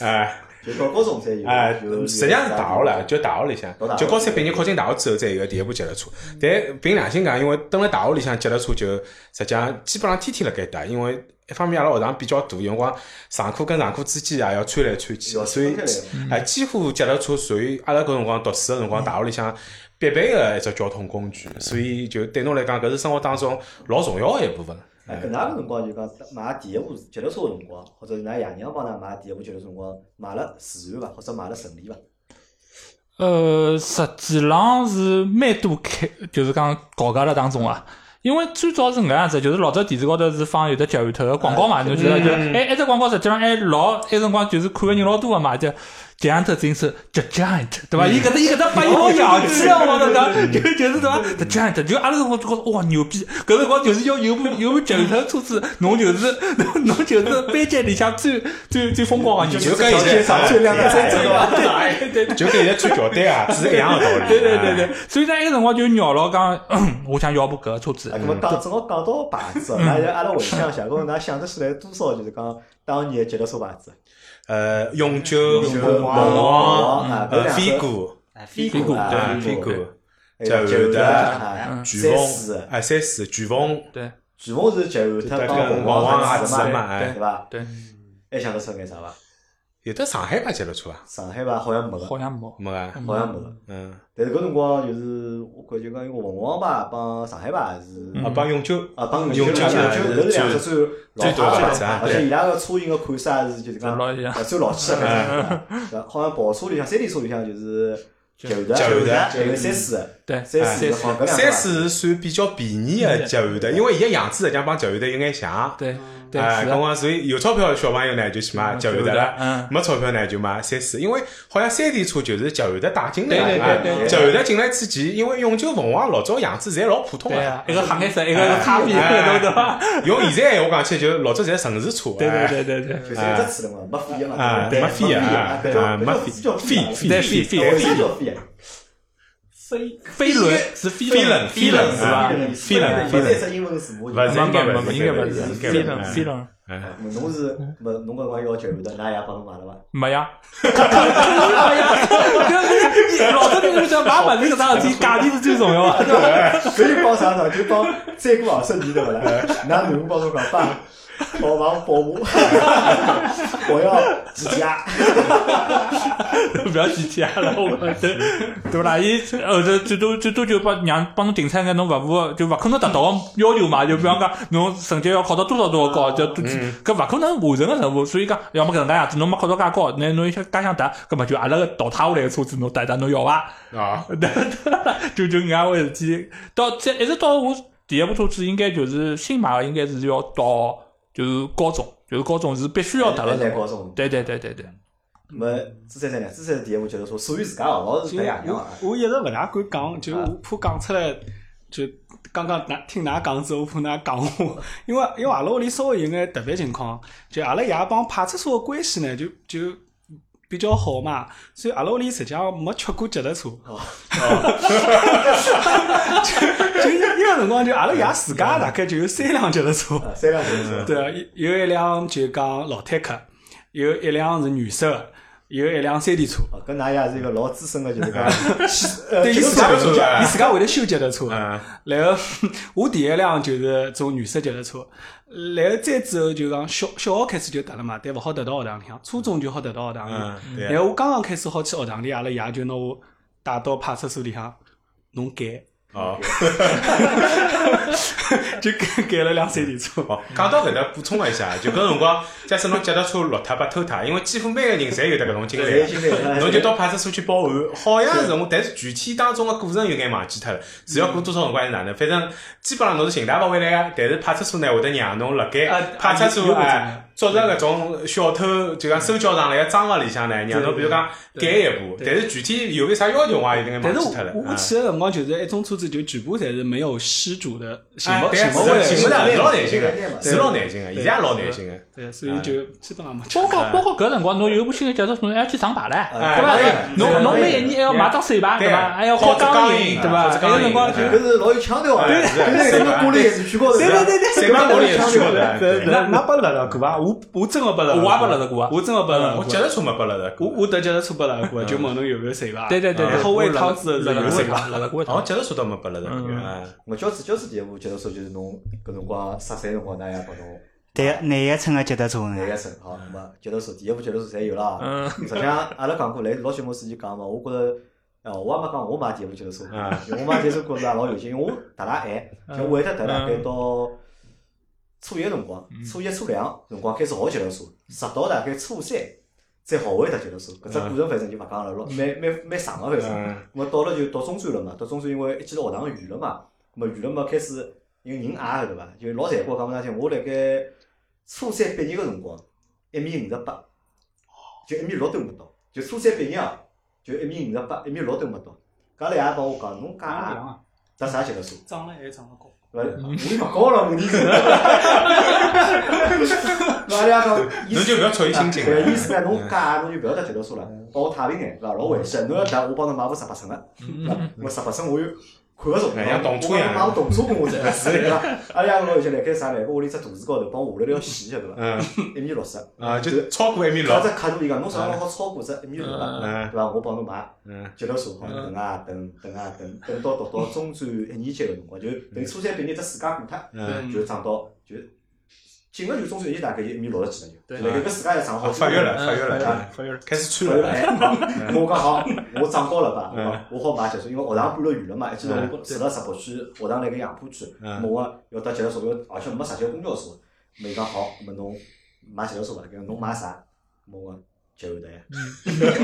[SPEAKER 2] 哎
[SPEAKER 1] 就到高中才有。
[SPEAKER 2] 哎，
[SPEAKER 1] 就
[SPEAKER 2] 实际上是大学了，就大学里向
[SPEAKER 1] 到大，学
[SPEAKER 2] 就高三毕业考进大学之后才有个第一部脚踏车。
[SPEAKER 1] 嗯
[SPEAKER 2] 但凭良心讲，因为蹲辣大学里向脚踏车就实际上基本上天天辣盖搭，因为一方面阿拉学堂比较大，有辰光上课跟上课之间也要穿来穿去，
[SPEAKER 1] 要
[SPEAKER 2] 所以
[SPEAKER 1] 分开来嘛
[SPEAKER 2] 哎，几乎脚踏车属于阿拉搿辰光读书个辰光，大学里向必备个一只交通工具，所以就对侬来讲，搿是生活当中老重要个一部分。
[SPEAKER 1] 哎，搿哪个辰光就讲买第一部脚踏车个辰光，或者是㑚爷娘帮㑚买第一部脚踏车辰光，买了自然伐，或者买了顺利伐？
[SPEAKER 3] 呃，实际浪是蛮多开，就是讲搞价了当中啊。因为最早是搿样子，就是老早电视高头是放有的脚后头个广告嘛，
[SPEAKER 1] 哎
[SPEAKER 3] 侬记得就
[SPEAKER 2] 嗯
[SPEAKER 3] 哎，一只广告实际上还老，埃辰光就是看个人老多个嘛，就 Giant 真是 The Giant，对伐？
[SPEAKER 2] 嗯
[SPEAKER 3] 伊搿搭伊搿搭发
[SPEAKER 2] 哦
[SPEAKER 3] 音老洋气啊，我跟侬讲，就就是对伐？The Giant，就阿拉辰光就觉着哇牛逼，搿辰光就是要有部有部脚后头车子，侬就是 <laughs> 侬就是班级里向最最最风光个人，
[SPEAKER 2] 嗯就跟现在
[SPEAKER 1] 上最亮的
[SPEAKER 2] 哎
[SPEAKER 1] 真正的。
[SPEAKER 3] 对对对。
[SPEAKER 2] 就跟现在穿乔丹啊， <laughs> 是一样的道
[SPEAKER 3] <laughs>
[SPEAKER 2] 理。
[SPEAKER 3] 对对对对，所以呢，埃个辰光就绕牢讲， <clears throat> 我想要部搿个车子
[SPEAKER 1] 啊，。那么讲正好讲到牌子，那就阿拉回想一下，搿㑚想得起来多少就是讲当年的脚踏车牌子，
[SPEAKER 2] 呃，永
[SPEAKER 1] 永
[SPEAKER 2] 久、
[SPEAKER 1] 久
[SPEAKER 2] 凤
[SPEAKER 1] 凤凰
[SPEAKER 2] 凰
[SPEAKER 1] 啊、搿
[SPEAKER 2] 呃，
[SPEAKER 1] 两
[SPEAKER 2] 飞
[SPEAKER 1] 个
[SPEAKER 2] 股、
[SPEAKER 5] 哎
[SPEAKER 1] 飞
[SPEAKER 3] 股
[SPEAKER 1] 啊
[SPEAKER 2] 对，飞股、
[SPEAKER 1] 还有
[SPEAKER 2] 九
[SPEAKER 1] 九
[SPEAKER 2] 头
[SPEAKER 1] 头啊，
[SPEAKER 2] 巨
[SPEAKER 1] 三
[SPEAKER 2] 峰
[SPEAKER 1] 四，
[SPEAKER 2] 啊，三四巨峰，
[SPEAKER 3] 对
[SPEAKER 1] 全部是九头
[SPEAKER 2] 对
[SPEAKER 1] 帮
[SPEAKER 2] 跟凤
[SPEAKER 1] 凰
[SPEAKER 2] 凰啊
[SPEAKER 1] 牌
[SPEAKER 2] 子
[SPEAKER 1] 子
[SPEAKER 2] 嘛，
[SPEAKER 1] 嘛，
[SPEAKER 2] 哎
[SPEAKER 1] 对，伐？
[SPEAKER 3] 对，
[SPEAKER 1] 还想得出眼啥伐？
[SPEAKER 2] 有的上海牌脚踏车啊，
[SPEAKER 1] 上海吧好像没个，
[SPEAKER 3] 好像没。
[SPEAKER 2] 没啊，
[SPEAKER 1] 好像没个。
[SPEAKER 2] 嗯，
[SPEAKER 1] 但是搿辰光就是我感觉讲，因为凤凰吧帮上海吧是
[SPEAKER 2] 啊帮永久
[SPEAKER 1] 啊帮
[SPEAKER 2] 永
[SPEAKER 1] 永
[SPEAKER 2] 久
[SPEAKER 1] 久
[SPEAKER 2] 啊
[SPEAKER 1] 搿是两只
[SPEAKER 2] 最
[SPEAKER 1] 最
[SPEAKER 2] 最
[SPEAKER 1] 老
[SPEAKER 2] 大
[SPEAKER 1] 牌
[SPEAKER 2] 的
[SPEAKER 1] 的
[SPEAKER 2] 牌子啊
[SPEAKER 1] 而且伊拉个车型个款式也是就是讲
[SPEAKER 3] 老一样
[SPEAKER 1] 呃最老气的牌子啊。
[SPEAKER 2] 嗯
[SPEAKER 1] 呃好像跑车里向山地车里向就是啊捷安达、
[SPEAKER 2] 捷安达
[SPEAKER 1] 还有三四的，
[SPEAKER 3] 对，
[SPEAKER 1] 三
[SPEAKER 2] 哎
[SPEAKER 1] 四好像搿两
[SPEAKER 2] 三
[SPEAKER 1] 个啊
[SPEAKER 2] 四是算比较便宜的捷安的，因为伊个样子实际上帮捷安的有眼像。
[SPEAKER 3] 对对
[SPEAKER 2] 哎，
[SPEAKER 3] 是啊
[SPEAKER 2] 刚
[SPEAKER 3] 的，
[SPEAKER 2] 刚所以有钞票的小朋友呢就去买捷安的
[SPEAKER 3] 捷安达
[SPEAKER 2] 了
[SPEAKER 3] 嗯，
[SPEAKER 2] 没钞票呢就买三四，因为好像山地车就是捷安的带进来
[SPEAKER 3] 对
[SPEAKER 2] 的
[SPEAKER 3] 对
[SPEAKER 2] 哎
[SPEAKER 3] 对对
[SPEAKER 2] 捷安的进来之前，因为永久凤凰啊老早样子侪老普通
[SPEAKER 3] 对
[SPEAKER 2] 的。
[SPEAKER 3] 啊，一个黑颜色，一个是咖啡，
[SPEAKER 2] 哎
[SPEAKER 3] 对吧？ <laughs>
[SPEAKER 2] 用现在闲话讲起来，就是老早侪城市车，
[SPEAKER 3] 对
[SPEAKER 2] 哎
[SPEAKER 3] 对对对对，
[SPEAKER 1] 就是一只齿轮嘛，没飞嘛，
[SPEAKER 2] 啊
[SPEAKER 1] 对
[SPEAKER 2] 没
[SPEAKER 1] 飞
[SPEAKER 2] 飞
[SPEAKER 1] 的
[SPEAKER 2] 啊
[SPEAKER 1] 对
[SPEAKER 2] 啊
[SPEAKER 1] 吧？
[SPEAKER 2] 没
[SPEAKER 1] 叫
[SPEAKER 2] 飞
[SPEAKER 1] 飞啊
[SPEAKER 2] 飞
[SPEAKER 3] 对飞
[SPEAKER 1] 我
[SPEAKER 3] 飞
[SPEAKER 1] 也叫飞啊，
[SPEAKER 4] 飞
[SPEAKER 3] 飞轮是
[SPEAKER 2] 飞
[SPEAKER 3] 飞
[SPEAKER 2] 轮
[SPEAKER 3] 飞
[SPEAKER 2] 轮
[SPEAKER 3] 轮
[SPEAKER 2] 是
[SPEAKER 3] 是
[SPEAKER 2] 吧
[SPEAKER 3] 吧？
[SPEAKER 2] 飞轮
[SPEAKER 1] 啊飞
[SPEAKER 2] 飞轮
[SPEAKER 1] 是英文字母，
[SPEAKER 2] 不是
[SPEAKER 3] 没
[SPEAKER 2] 应该
[SPEAKER 3] 没
[SPEAKER 2] 不
[SPEAKER 3] 没
[SPEAKER 2] 是
[SPEAKER 3] 应该
[SPEAKER 2] 应
[SPEAKER 3] 是
[SPEAKER 2] 该不
[SPEAKER 3] 飞
[SPEAKER 2] 是
[SPEAKER 3] 轮
[SPEAKER 2] 哎
[SPEAKER 3] 飞轮
[SPEAKER 2] 哎
[SPEAKER 1] 侬是没侬搿辰光要求的，那也帮侬买了伐？
[SPEAKER 3] 没呀。 <laughs> 老早就是讲买物事搿桩事体，价钿是最重要啊的。
[SPEAKER 1] 搿就帮啥呢？就帮再过二十年对勿啦？㑚囡恩帮侬讲爸，我房保姆， <laughs> 我要几家，
[SPEAKER 3] 不要去加了，我们对对伐？伊后头最多最多就帮让帮侬定出眼侬勿符合，就勿可能达到个要求嘛。就比方讲，侬成绩要考到多少多少高，就多搿勿可能完成个任务。所以讲，要么搿能介样子，侬没考到介高，那侬想介想达，搿么就阿拉个淘汰下来个车子侬搭一搭侬要伐？
[SPEAKER 2] 啊，
[SPEAKER 3] 就就搿样回事体。到这一直到我第一部车子，应该就是新买个，应该是要到就是高中，就是高中是必须要达到
[SPEAKER 1] 来
[SPEAKER 3] 的。
[SPEAKER 1] 高中。
[SPEAKER 3] 对对对对对，
[SPEAKER 1] 没，朱三三呢？朱三三第一部接触车，属于自家哦，老是
[SPEAKER 4] 就
[SPEAKER 1] 带爷娘啊
[SPEAKER 4] 我。我一直勿大敢讲，就我怕讲出来，就刚刚㑚听㑚讲之后，我怕㑚讲我，因为因为阿拉屋里稍微有眼特别情况，就阿拉爷帮派出所个关系呢，就就。比较好嘛，所以阿拉屋里实际上没缺过脚踏车， <laughs>
[SPEAKER 1] 哦
[SPEAKER 4] 就一个辰光就阿拉爷自家大概就有三辆脚踏车，
[SPEAKER 1] 啊三辆车子，
[SPEAKER 4] 对，有有一辆就讲老坦克，有一辆是女色的，有一辆山地车。
[SPEAKER 1] 哦，搿㑚爷是一个老资深的，就是讲，呃
[SPEAKER 4] 对，伊
[SPEAKER 1] 接
[SPEAKER 4] 自
[SPEAKER 1] 触车
[SPEAKER 4] 家
[SPEAKER 1] 的人
[SPEAKER 4] 会
[SPEAKER 2] 自家
[SPEAKER 4] 伊自家会得修脚踏车。
[SPEAKER 2] 嗯
[SPEAKER 4] 然后 <laughs> 我第一辆就是种女色脚踏车，然后再之后就讲小小学开始就踏了嘛，但勿好踏到学堂里向，初中就好踏到学堂里
[SPEAKER 2] 嗯。，对
[SPEAKER 4] 然
[SPEAKER 2] 啊
[SPEAKER 4] 后我刚刚开始好去学堂里，阿拉爷就拿我带到派出所里向，侬改，
[SPEAKER 2] 哦。
[SPEAKER 4] 就改改了辆山地车。
[SPEAKER 2] 哦，讲到搿搭补充一下，就搿辰光，假使侬脚踏车落脱被偷脱，因为几乎每个人侪有得搿种经
[SPEAKER 1] 侪
[SPEAKER 2] 历
[SPEAKER 1] 有经历
[SPEAKER 2] 啊， <laughs> 侬就到派出所去报案。好像是我，但是具体当中个过程有眼忘记脱了，是要过多少辰光还是哪能？反正基本上侬是寻逮勿回来个，但是派出所呢会得让侬辣盖
[SPEAKER 4] 啊
[SPEAKER 2] 哎派出
[SPEAKER 4] 啊有
[SPEAKER 2] 所
[SPEAKER 4] 有搿种
[SPEAKER 2] 哎
[SPEAKER 4] 的
[SPEAKER 2] 捉着搿种小偷，就讲收缴上来个赃物里向呢，让侬比如讲改一步，但是具体有没啥要求我也有点
[SPEAKER 4] 但是
[SPEAKER 2] 眼忘
[SPEAKER 4] 我
[SPEAKER 2] 记脱了。
[SPEAKER 4] 我
[SPEAKER 2] 啊
[SPEAKER 4] 去的辰光，就是一种车子就全部侪是没有失主的，寻
[SPEAKER 2] 哎
[SPEAKER 4] 勿
[SPEAKER 2] 对啊
[SPEAKER 4] 寻勿
[SPEAKER 2] 是
[SPEAKER 4] 回来，
[SPEAKER 2] 寻勿
[SPEAKER 1] 来
[SPEAKER 2] 是老难寻个
[SPEAKER 1] 对，对
[SPEAKER 2] 是老难寻个，现在也老难寻个。
[SPEAKER 4] 对，所以就基本上没吃
[SPEAKER 3] 包。括包括搿辰光，侬有部新的脚踏车，侬还要去上牌唻，
[SPEAKER 1] 哎
[SPEAKER 3] 对
[SPEAKER 2] 对
[SPEAKER 3] 伐？
[SPEAKER 1] 对
[SPEAKER 3] 侬侬每一年还要买张手牌，
[SPEAKER 2] 对
[SPEAKER 3] 对伐？还要考钢印，对伐？还
[SPEAKER 2] 考
[SPEAKER 3] 有辰光
[SPEAKER 2] 钢
[SPEAKER 3] 就
[SPEAKER 2] 印
[SPEAKER 1] 搿是老有腔调啊！
[SPEAKER 2] 对
[SPEAKER 1] 搿
[SPEAKER 2] 是
[SPEAKER 1] 是侬过来也是去高头，
[SPEAKER 4] 对对对对，
[SPEAKER 2] 谁把我也
[SPEAKER 1] 是
[SPEAKER 2] 去过的 <laughs> 对
[SPEAKER 4] 那那不拉了过伐？我我真的不拉，
[SPEAKER 3] 我也不拉得过啊
[SPEAKER 4] 我真的不拉
[SPEAKER 2] 我
[SPEAKER 4] 过
[SPEAKER 2] 脚。踏车没拨了的，
[SPEAKER 4] 我我得脚踏车不拉过，就问侬有没有谁伐？
[SPEAKER 3] 嗯对对对对，
[SPEAKER 4] 然啊后我一
[SPEAKER 3] 辣
[SPEAKER 4] 趟子
[SPEAKER 3] 辣
[SPEAKER 4] 是
[SPEAKER 3] 辣
[SPEAKER 4] 有
[SPEAKER 3] 辣
[SPEAKER 4] 谁
[SPEAKER 3] 辣
[SPEAKER 4] 伐？
[SPEAKER 3] 辣辣过一啊
[SPEAKER 2] 哦，
[SPEAKER 3] 趟。
[SPEAKER 2] 脚踏车倒没拨了的，哎
[SPEAKER 1] 我教子教子第一部接触车就是侬搿辰光十三辰光，㑚爷帮侬
[SPEAKER 5] 对，廿一寸个脚踏车呢
[SPEAKER 1] 哪？一层好，那么接头车第一部接头车侪有啦。
[SPEAKER 3] 嗯
[SPEAKER 1] <laughs> 实际上阿拉讲过，来老节目之前讲嘛，我觉着。哦，我也没讲，我买第一部接头车，
[SPEAKER 2] 啊
[SPEAKER 1] 因 <laughs> 为我买接头车是也老有劲，因为我踏拉晚，就我会得踏大概到初一的辰光，初一初两辰光开始学接头车，直到大概初三才学会踏接头车。搿只过程反正就勿讲了，老蛮蛮蛮长个反正。
[SPEAKER 2] 嗯
[SPEAKER 1] 咁么到了就到中专了嘛，到中专因为一记头学堂远了嘛，咁么远了嘛开始因为人矮对伐，就老残酷讲勿上去，我辣盖初三毕业个辰光，一米五十八，就一米六都没到，就初三毕业啊，就一米五十八，一米六都没到。搿阿拉爷帮我讲，侬介矮，
[SPEAKER 4] 啊
[SPEAKER 1] 搭啥脚踏车？
[SPEAKER 4] 长了还长了高。
[SPEAKER 1] 对伐？我勿高 <laughs> 了，我年纪。咾阿拉爷讲，意
[SPEAKER 2] 侬就
[SPEAKER 1] 思啊
[SPEAKER 2] 不要操伊心情
[SPEAKER 1] 对，意
[SPEAKER 2] 了。嗯
[SPEAKER 1] 思呢，啊侬介矮侬就勿要搭脚踏车了，帮我太平眼，对伐？老危险，侬要搭，我帮侬买部十八寸个。
[SPEAKER 3] 嗯
[SPEAKER 1] 我十八升我又看得中，
[SPEAKER 2] 哎像动车一样
[SPEAKER 1] 我动车跟
[SPEAKER 2] <laughs>
[SPEAKER 1] 我在是啊对伐？阿拉爷我就辣盖啥呢？我屋里只大树高头帮我下来条线，对伐？
[SPEAKER 2] 嗯
[SPEAKER 1] 一米六十，
[SPEAKER 2] 啊，就超过一米六
[SPEAKER 1] 他，只卡住伊讲，侬啥辰光好超过只一米六了，
[SPEAKER 2] 嗯
[SPEAKER 1] 对伐？我帮侬买
[SPEAKER 2] 嗯，
[SPEAKER 1] 脚踏车，好等啊等，等啊等，等到读到中专一年级个辰光，就等初三毕业只暑假过脱，
[SPEAKER 2] 嗯
[SPEAKER 1] 就涨到就进个就中产阶级大概就一米六十几了就，
[SPEAKER 5] 对
[SPEAKER 1] 就辣盖搿自家也长好，
[SPEAKER 2] 哦发育了，嗯发育
[SPEAKER 1] 对吧
[SPEAKER 2] 了，发育了，开始
[SPEAKER 1] 所
[SPEAKER 2] 穿
[SPEAKER 1] 以
[SPEAKER 2] 了，嗯
[SPEAKER 1] 哎，好 <laughs> 我讲好，我长高了吧？我讲我好买脚踏车，因为学堂搬了远了嘛，一记头我住了石浦区，学堂辣盖杨浦区，
[SPEAKER 2] 嗯
[SPEAKER 1] 我讲要搭脚踏车，要而且没啥交公交车，咾伊讲好，咾么侬买脚踏车伐？搿侬买啥？
[SPEAKER 2] <laughs>
[SPEAKER 1] 我讲捷安特呀，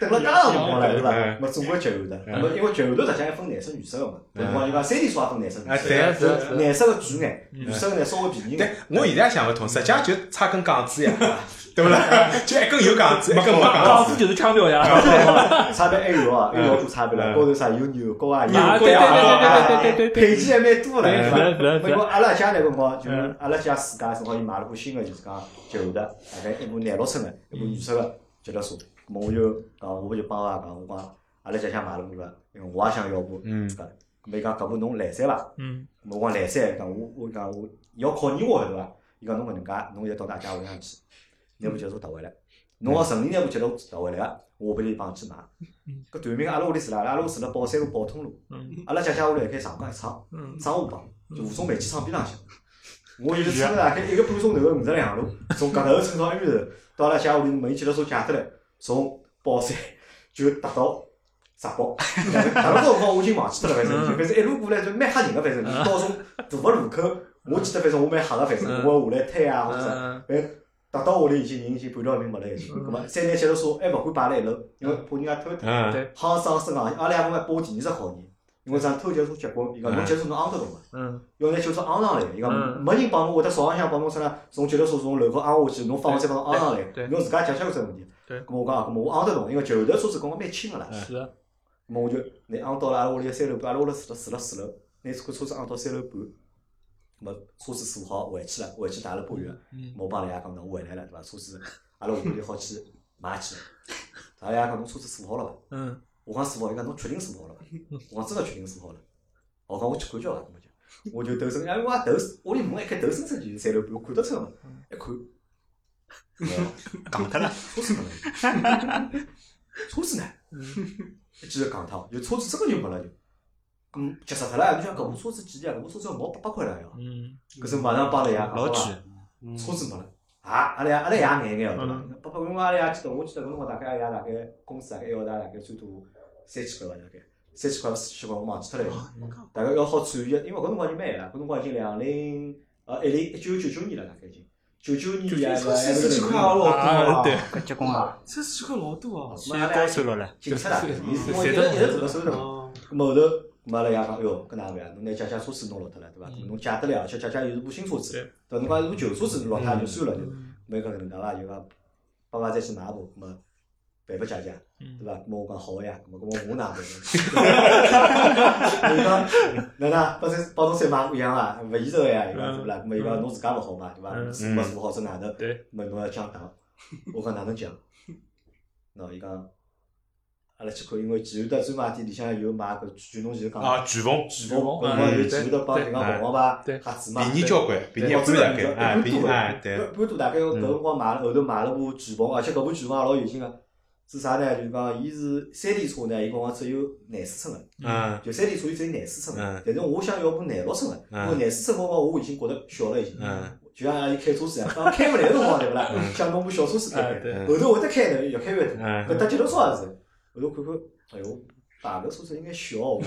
[SPEAKER 1] 等了介长辰光了对伐？
[SPEAKER 2] 嗯
[SPEAKER 1] 咾总归捷安特，
[SPEAKER 2] 嗯
[SPEAKER 1] 咾么因为捷安特实际上还分男生女生个嘛，
[SPEAKER 2] 嗯
[SPEAKER 1] 搿辰光就讲三点车也分男生
[SPEAKER 2] 啊
[SPEAKER 1] 女
[SPEAKER 2] 对
[SPEAKER 1] 生，
[SPEAKER 2] 啊
[SPEAKER 3] 是
[SPEAKER 2] 对
[SPEAKER 3] 啊
[SPEAKER 2] 啊嗯
[SPEAKER 3] 是啊
[SPEAKER 1] 男生个贵眼，女生个呢稍微便宜眼
[SPEAKER 2] 对。，我现在也想勿通，实际上就差根杠子 <laughs> 呀，对 <laughs> 勿啦？就一根有杠子，一根没杠
[SPEAKER 3] 当
[SPEAKER 2] 子。
[SPEAKER 3] 时就是腔调呀，
[SPEAKER 1] 差别还有啊，还有老多差别了，高头啥有牛高啊，
[SPEAKER 3] 啊
[SPEAKER 1] 羊
[SPEAKER 3] 对对
[SPEAKER 1] 啊
[SPEAKER 3] 对对对对对对
[SPEAKER 1] 配件还蛮多了。
[SPEAKER 3] 对
[SPEAKER 1] 是吧
[SPEAKER 3] 是的是的
[SPEAKER 1] 不过阿拉家那辰光，就是阿拉家自家辰光就买了部新的，就是讲捷安特，大概一部廿六寸的，一部女车的脚踏车。咾我就讲，我就帮阿拉讲，我讲阿拉家想买了部个，因为我也想要部
[SPEAKER 2] 嗯
[SPEAKER 1] 这个。咾伊讲搿部侬来三伐？
[SPEAKER 3] 嗯，
[SPEAKER 1] 我讲来三，讲我我讲我要考验我对伐？伊讲侬搿能介，侬现在到㑚家屋里向去，拿部脚踏车搭回来，侬要顺利拿部脚踏车搭回来个，我拨你帮去买。搿短命阿拉屋里住辣，阿拉屋住辣宝山路宝通路
[SPEAKER 3] 嗯，
[SPEAKER 1] 阿拉姐姐屋里辣盖上港一厂，
[SPEAKER 3] 嗯
[SPEAKER 1] 商务帮，就吴淞煤气厂边浪向。我就是撑了大概一个半钟头个五十两路，从搿头撑到埃面头，到阿拉姐屋里门一记头车借得来，从宝山就搭到闸北， <laughs> 踏到辰光我已经忘记脱了，反正就
[SPEAKER 3] 嗯
[SPEAKER 1] 反正一路过来就蛮吓人个，反正就是到从大个路口，我记得反正我蛮吓个，反正我会下来推啊或者啥。
[SPEAKER 3] 嗯
[SPEAKER 1] 哎，达到屋里已经人已经半条命没了已经，那么三台脚踏车还勿敢摆辣一楼，因为怕人家偷脱。
[SPEAKER 2] 嗯，
[SPEAKER 1] 好生生啊，阿拉爷帮我拨我第二只好人，因为上偷脚踏车结棍，伊讲侬脚踏车侬昂得动伐？
[SPEAKER 3] 嗯
[SPEAKER 1] 要拿脚踏车昂上来，伊讲
[SPEAKER 3] 嗯
[SPEAKER 1] 没人帮侬，会得早浪向帮侬啥呢？从脚踏车从楼高啊昂下去，侬放下再帮侬昂上来
[SPEAKER 3] 对，对
[SPEAKER 1] 侬自家解决搿只问题。
[SPEAKER 3] 对
[SPEAKER 1] 咾么我讲，啊咾么我昂得动，因为旧头车子跟我蛮轻个啦。
[SPEAKER 3] 是的，
[SPEAKER 1] 咾么我就拿昂到了阿拉屋里个三楼半，阿拉屋里住了住了四楼，拿车车子昂到三楼半，咾么车子锁好回去了，回去汏了半浴，
[SPEAKER 3] 嗯
[SPEAKER 1] 我帮阿拉爷讲侬回来了对伐？车子阿拉下半天好去买去了，阿拉爷讲侬车子锁好了伐？
[SPEAKER 3] 嗯，
[SPEAKER 1] 我讲师傅，伊讲侬确定锁好了伐？我讲真个确定锁好了。我讲我去看叫伐？咾么就我就头伸，因为我也头屋里门一开头伸出去就是三楼半，我看得出个嘛，
[SPEAKER 3] 嗯
[SPEAKER 1] 一看，
[SPEAKER 5] 哦戆脱了，
[SPEAKER 1] <laughs> 车子没了，车子呢？
[SPEAKER 3] 嗯
[SPEAKER 1] 一记头戆脱，有车子真个就没了就，咁急死脱了！你想搿部车子几钿啊？搿部车子要毛八百块了要，
[SPEAKER 3] 嗯，
[SPEAKER 1] 搿是马上帮了爷，
[SPEAKER 5] 老
[SPEAKER 1] 好伐
[SPEAKER 5] 贵。
[SPEAKER 4] 嗯
[SPEAKER 1] 车子没了。啊，阿拉爷阿拉爷眼眼哦，对伐
[SPEAKER 3] 嗯？
[SPEAKER 1] 八八因为阿拉爷记得，我记得搿辰光大概阿拉爷大概工资大概一个号头大概最多三千块伐，啊大概三千块四千块，我忘记脱了。大概要好转移，因为搿辰光已经蛮晚了，搿辰光已经两零呃一零一九九九年了，大概已经九九年还勿还勿是
[SPEAKER 4] 四千
[SPEAKER 1] 零
[SPEAKER 4] 块也老多
[SPEAKER 3] 啊
[SPEAKER 4] 啊！
[SPEAKER 3] 对，
[SPEAKER 5] 搿结棍啊，
[SPEAKER 4] 三四千块老多
[SPEAKER 1] 啊
[SPEAKER 4] 哦。
[SPEAKER 5] 去高算了嘞，
[SPEAKER 1] 警察大概，伊是我一直一直做个手头。
[SPEAKER 4] 哦，
[SPEAKER 1] 咁后头，咁阿拉爷讲，哟，搿哪能办啊？侬拿姐姐车子弄落脱了，对伐？咁侬借得来，而且姐姐又是部新车子，对伐？侬讲是部旧车子落脱也就算了，就没讲搿能介伐？就讲爸爸再去买一部，咁么赔拨姐姐，对伐？咁我讲好呀，咁么咁我哪 <laughs> 办？伊讲哪能帮再帮侬再买一样啊？勿现实个呀，伊讲对勿啦？咁么伊讲侬自家勿好买，对伐？
[SPEAKER 2] 嗯
[SPEAKER 1] 没做好这哪能？
[SPEAKER 3] 对，
[SPEAKER 1] 么侬要讲打，我讲哪能讲？喏，伊讲。阿拉去看，因为前头的专卖店里向有卖搿全侬前头讲的
[SPEAKER 2] 啊，巨峰，
[SPEAKER 1] 巨峰，搿辰光有前头帮人家凤凰牌
[SPEAKER 3] 对
[SPEAKER 1] 瞎子嘛，
[SPEAKER 2] 啊便宜交关，便宜一
[SPEAKER 1] 哦
[SPEAKER 2] 半
[SPEAKER 1] 真的
[SPEAKER 2] 大概，哎，便宜哎，对，
[SPEAKER 1] 半多大概搿辰光买了，后头买了部巨鹏，而且搿部巨鹏也老有劲个，是啥呢？就是讲伊是三点车呢，伊跟我只有廿四寸个，
[SPEAKER 2] 嗯
[SPEAKER 1] 就三点车伊只有廿四寸个，
[SPEAKER 2] 嗯
[SPEAKER 1] 但是我想要部廿六寸个，
[SPEAKER 2] 嗯
[SPEAKER 1] 因为廿四寸辰光我已经觉得小了已经。
[SPEAKER 2] 嗯
[SPEAKER 1] 就像阿拉开车子一样，刚开勿来辰光对勿啦？想弄部小车子开
[SPEAKER 3] 哎对
[SPEAKER 1] 开，后头会得开呢，越开越大。
[SPEAKER 2] 嗯
[SPEAKER 1] 搿搭脚踏车也是，后头看看，哎哟，大个车子应该小哦。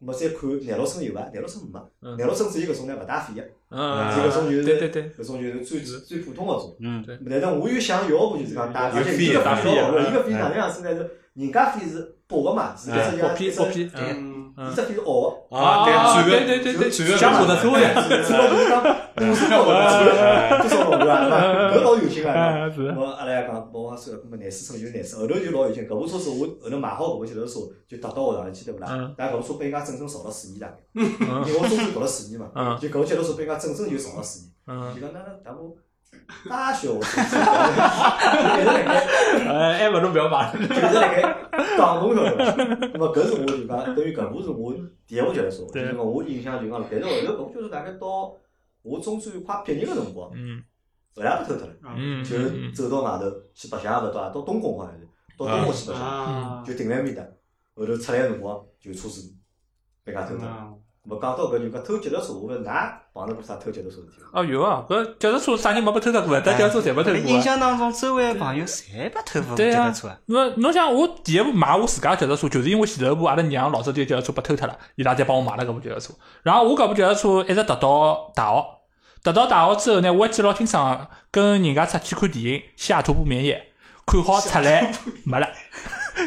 [SPEAKER 1] 咾再看廿六寸有伐？廿六寸没，
[SPEAKER 3] 嗯
[SPEAKER 1] 廿六寸只有搿种呢勿带费个，
[SPEAKER 3] 嗯，
[SPEAKER 1] 只有搿种就是
[SPEAKER 3] 对对对
[SPEAKER 1] 搿种就是最最普通个种。
[SPEAKER 2] 嗯
[SPEAKER 3] 对
[SPEAKER 1] 但是我又想要部就是讲带，而且
[SPEAKER 2] 有
[SPEAKER 1] 伊
[SPEAKER 2] 费
[SPEAKER 1] 个
[SPEAKER 2] 的
[SPEAKER 1] 费老
[SPEAKER 2] 嗯
[SPEAKER 1] 了，伊个费哪能样子呢？是人家费是薄个嘛，是
[SPEAKER 4] 哎
[SPEAKER 1] 搿只
[SPEAKER 3] 剥皮剥
[SPEAKER 1] 像
[SPEAKER 3] 皮，
[SPEAKER 5] 对
[SPEAKER 4] 嗯，
[SPEAKER 1] 伊只费是凹个。
[SPEAKER 2] 啊，
[SPEAKER 3] 啊
[SPEAKER 2] 对，转
[SPEAKER 3] 对对对
[SPEAKER 2] 转个
[SPEAKER 3] 对，像我的车呀，
[SPEAKER 1] 只不过讲不是高的，多少老贵啊，对伐？搿老有劲啊！
[SPEAKER 3] 哎是，
[SPEAKER 1] 我阿拉也讲，帮我算了，搿么廿四寸就廿四，后头就老有劲。搿部车子我后头买好搿部头车，就搭到学堂里去，对勿啦
[SPEAKER 3] 嗯？
[SPEAKER 1] 但搿部车被人家整整造了四年大概，因
[SPEAKER 3] 嗯
[SPEAKER 1] 为我中专读了四年嘛，
[SPEAKER 3] 嗯
[SPEAKER 1] 就搿部脚踏车被人家整整就造了四年。就
[SPEAKER 3] 嗯，
[SPEAKER 1] 讲那那咱们大学，我操就一直辣盖
[SPEAKER 3] 哎，还勿如不要买，
[SPEAKER 1] 就一直辣盖讲侬晓得伐？那么搿是我就讲，等于搿部是我第一部脚踏车，就是讲我印象就啊讲，但是后头搿部脚踏车大概到我中专快毕业个辰光，
[SPEAKER 3] 嗯
[SPEAKER 1] 后来也被偷脱了。
[SPEAKER 3] 嗯，
[SPEAKER 1] 就走到外头去白相也勿到，到东宫好像是，到东宫去白相，
[SPEAKER 4] 啊，
[SPEAKER 1] 就停辣埃面搭。后头出来个辰光，就车子被人家偷脱了。
[SPEAKER 3] 嗯
[SPEAKER 4] 啊，
[SPEAKER 1] 咾讲到搿就讲偷脚踏车，我问㑚碰着过啥偷脚踏车事体伐？
[SPEAKER 3] 哦，有啊，搿脚踏车啥人没被偷脱过啊？搭脚踏车侪没偷过
[SPEAKER 5] 我印
[SPEAKER 3] 啊。
[SPEAKER 5] 象当中，周围的朋友侪没偷过
[SPEAKER 3] 对
[SPEAKER 5] 脚
[SPEAKER 3] 啊
[SPEAKER 5] 踏车啊，
[SPEAKER 3] 那侬想，我第一部买我自家脚踏车，就是因为前头部阿拉娘老早就脚踏车被偷脱了，伊拉才帮我买了搿部脚踏车。然后我搿部脚踏车一直踏到大学，踏到大学之后呢，我还记得老清爽，跟人家出去看电影《西雅图不眠夜》，看好出来没了，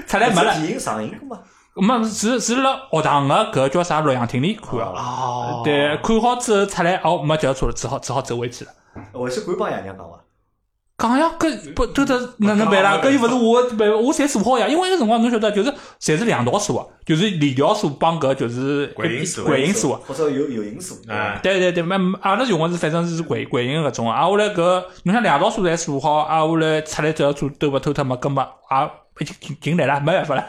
[SPEAKER 3] 出哎来没了
[SPEAKER 1] 是，电影上映过嘛？
[SPEAKER 3] 没是是辣学堂个搿叫啥录像厅里看的。
[SPEAKER 4] 哦，
[SPEAKER 3] 对，看好之后出来，哦，没脚踏车了，只好只好走回去了。
[SPEAKER 1] 我是敢帮爷娘讲伐？
[SPEAKER 3] 讲呀，搿
[SPEAKER 2] 嗯
[SPEAKER 3] 不偷偷哪能办啦？搿又勿是我办，我侪做好呀。因为搿辰光侬晓得，就是侪是两道数啊，就是理疗数帮搿就是
[SPEAKER 2] 鬼影数
[SPEAKER 3] 鬼影数啊。
[SPEAKER 1] 或者有有因素
[SPEAKER 2] 啊，
[SPEAKER 3] 对对对，没没阿拉用个是反正是鬼鬼影搿种啊。啊，后来搿侬像两道数侪数好，啊，后来出来脚踏车都勿偷脱嘛，搿么啊，已经进进来了，没办法了，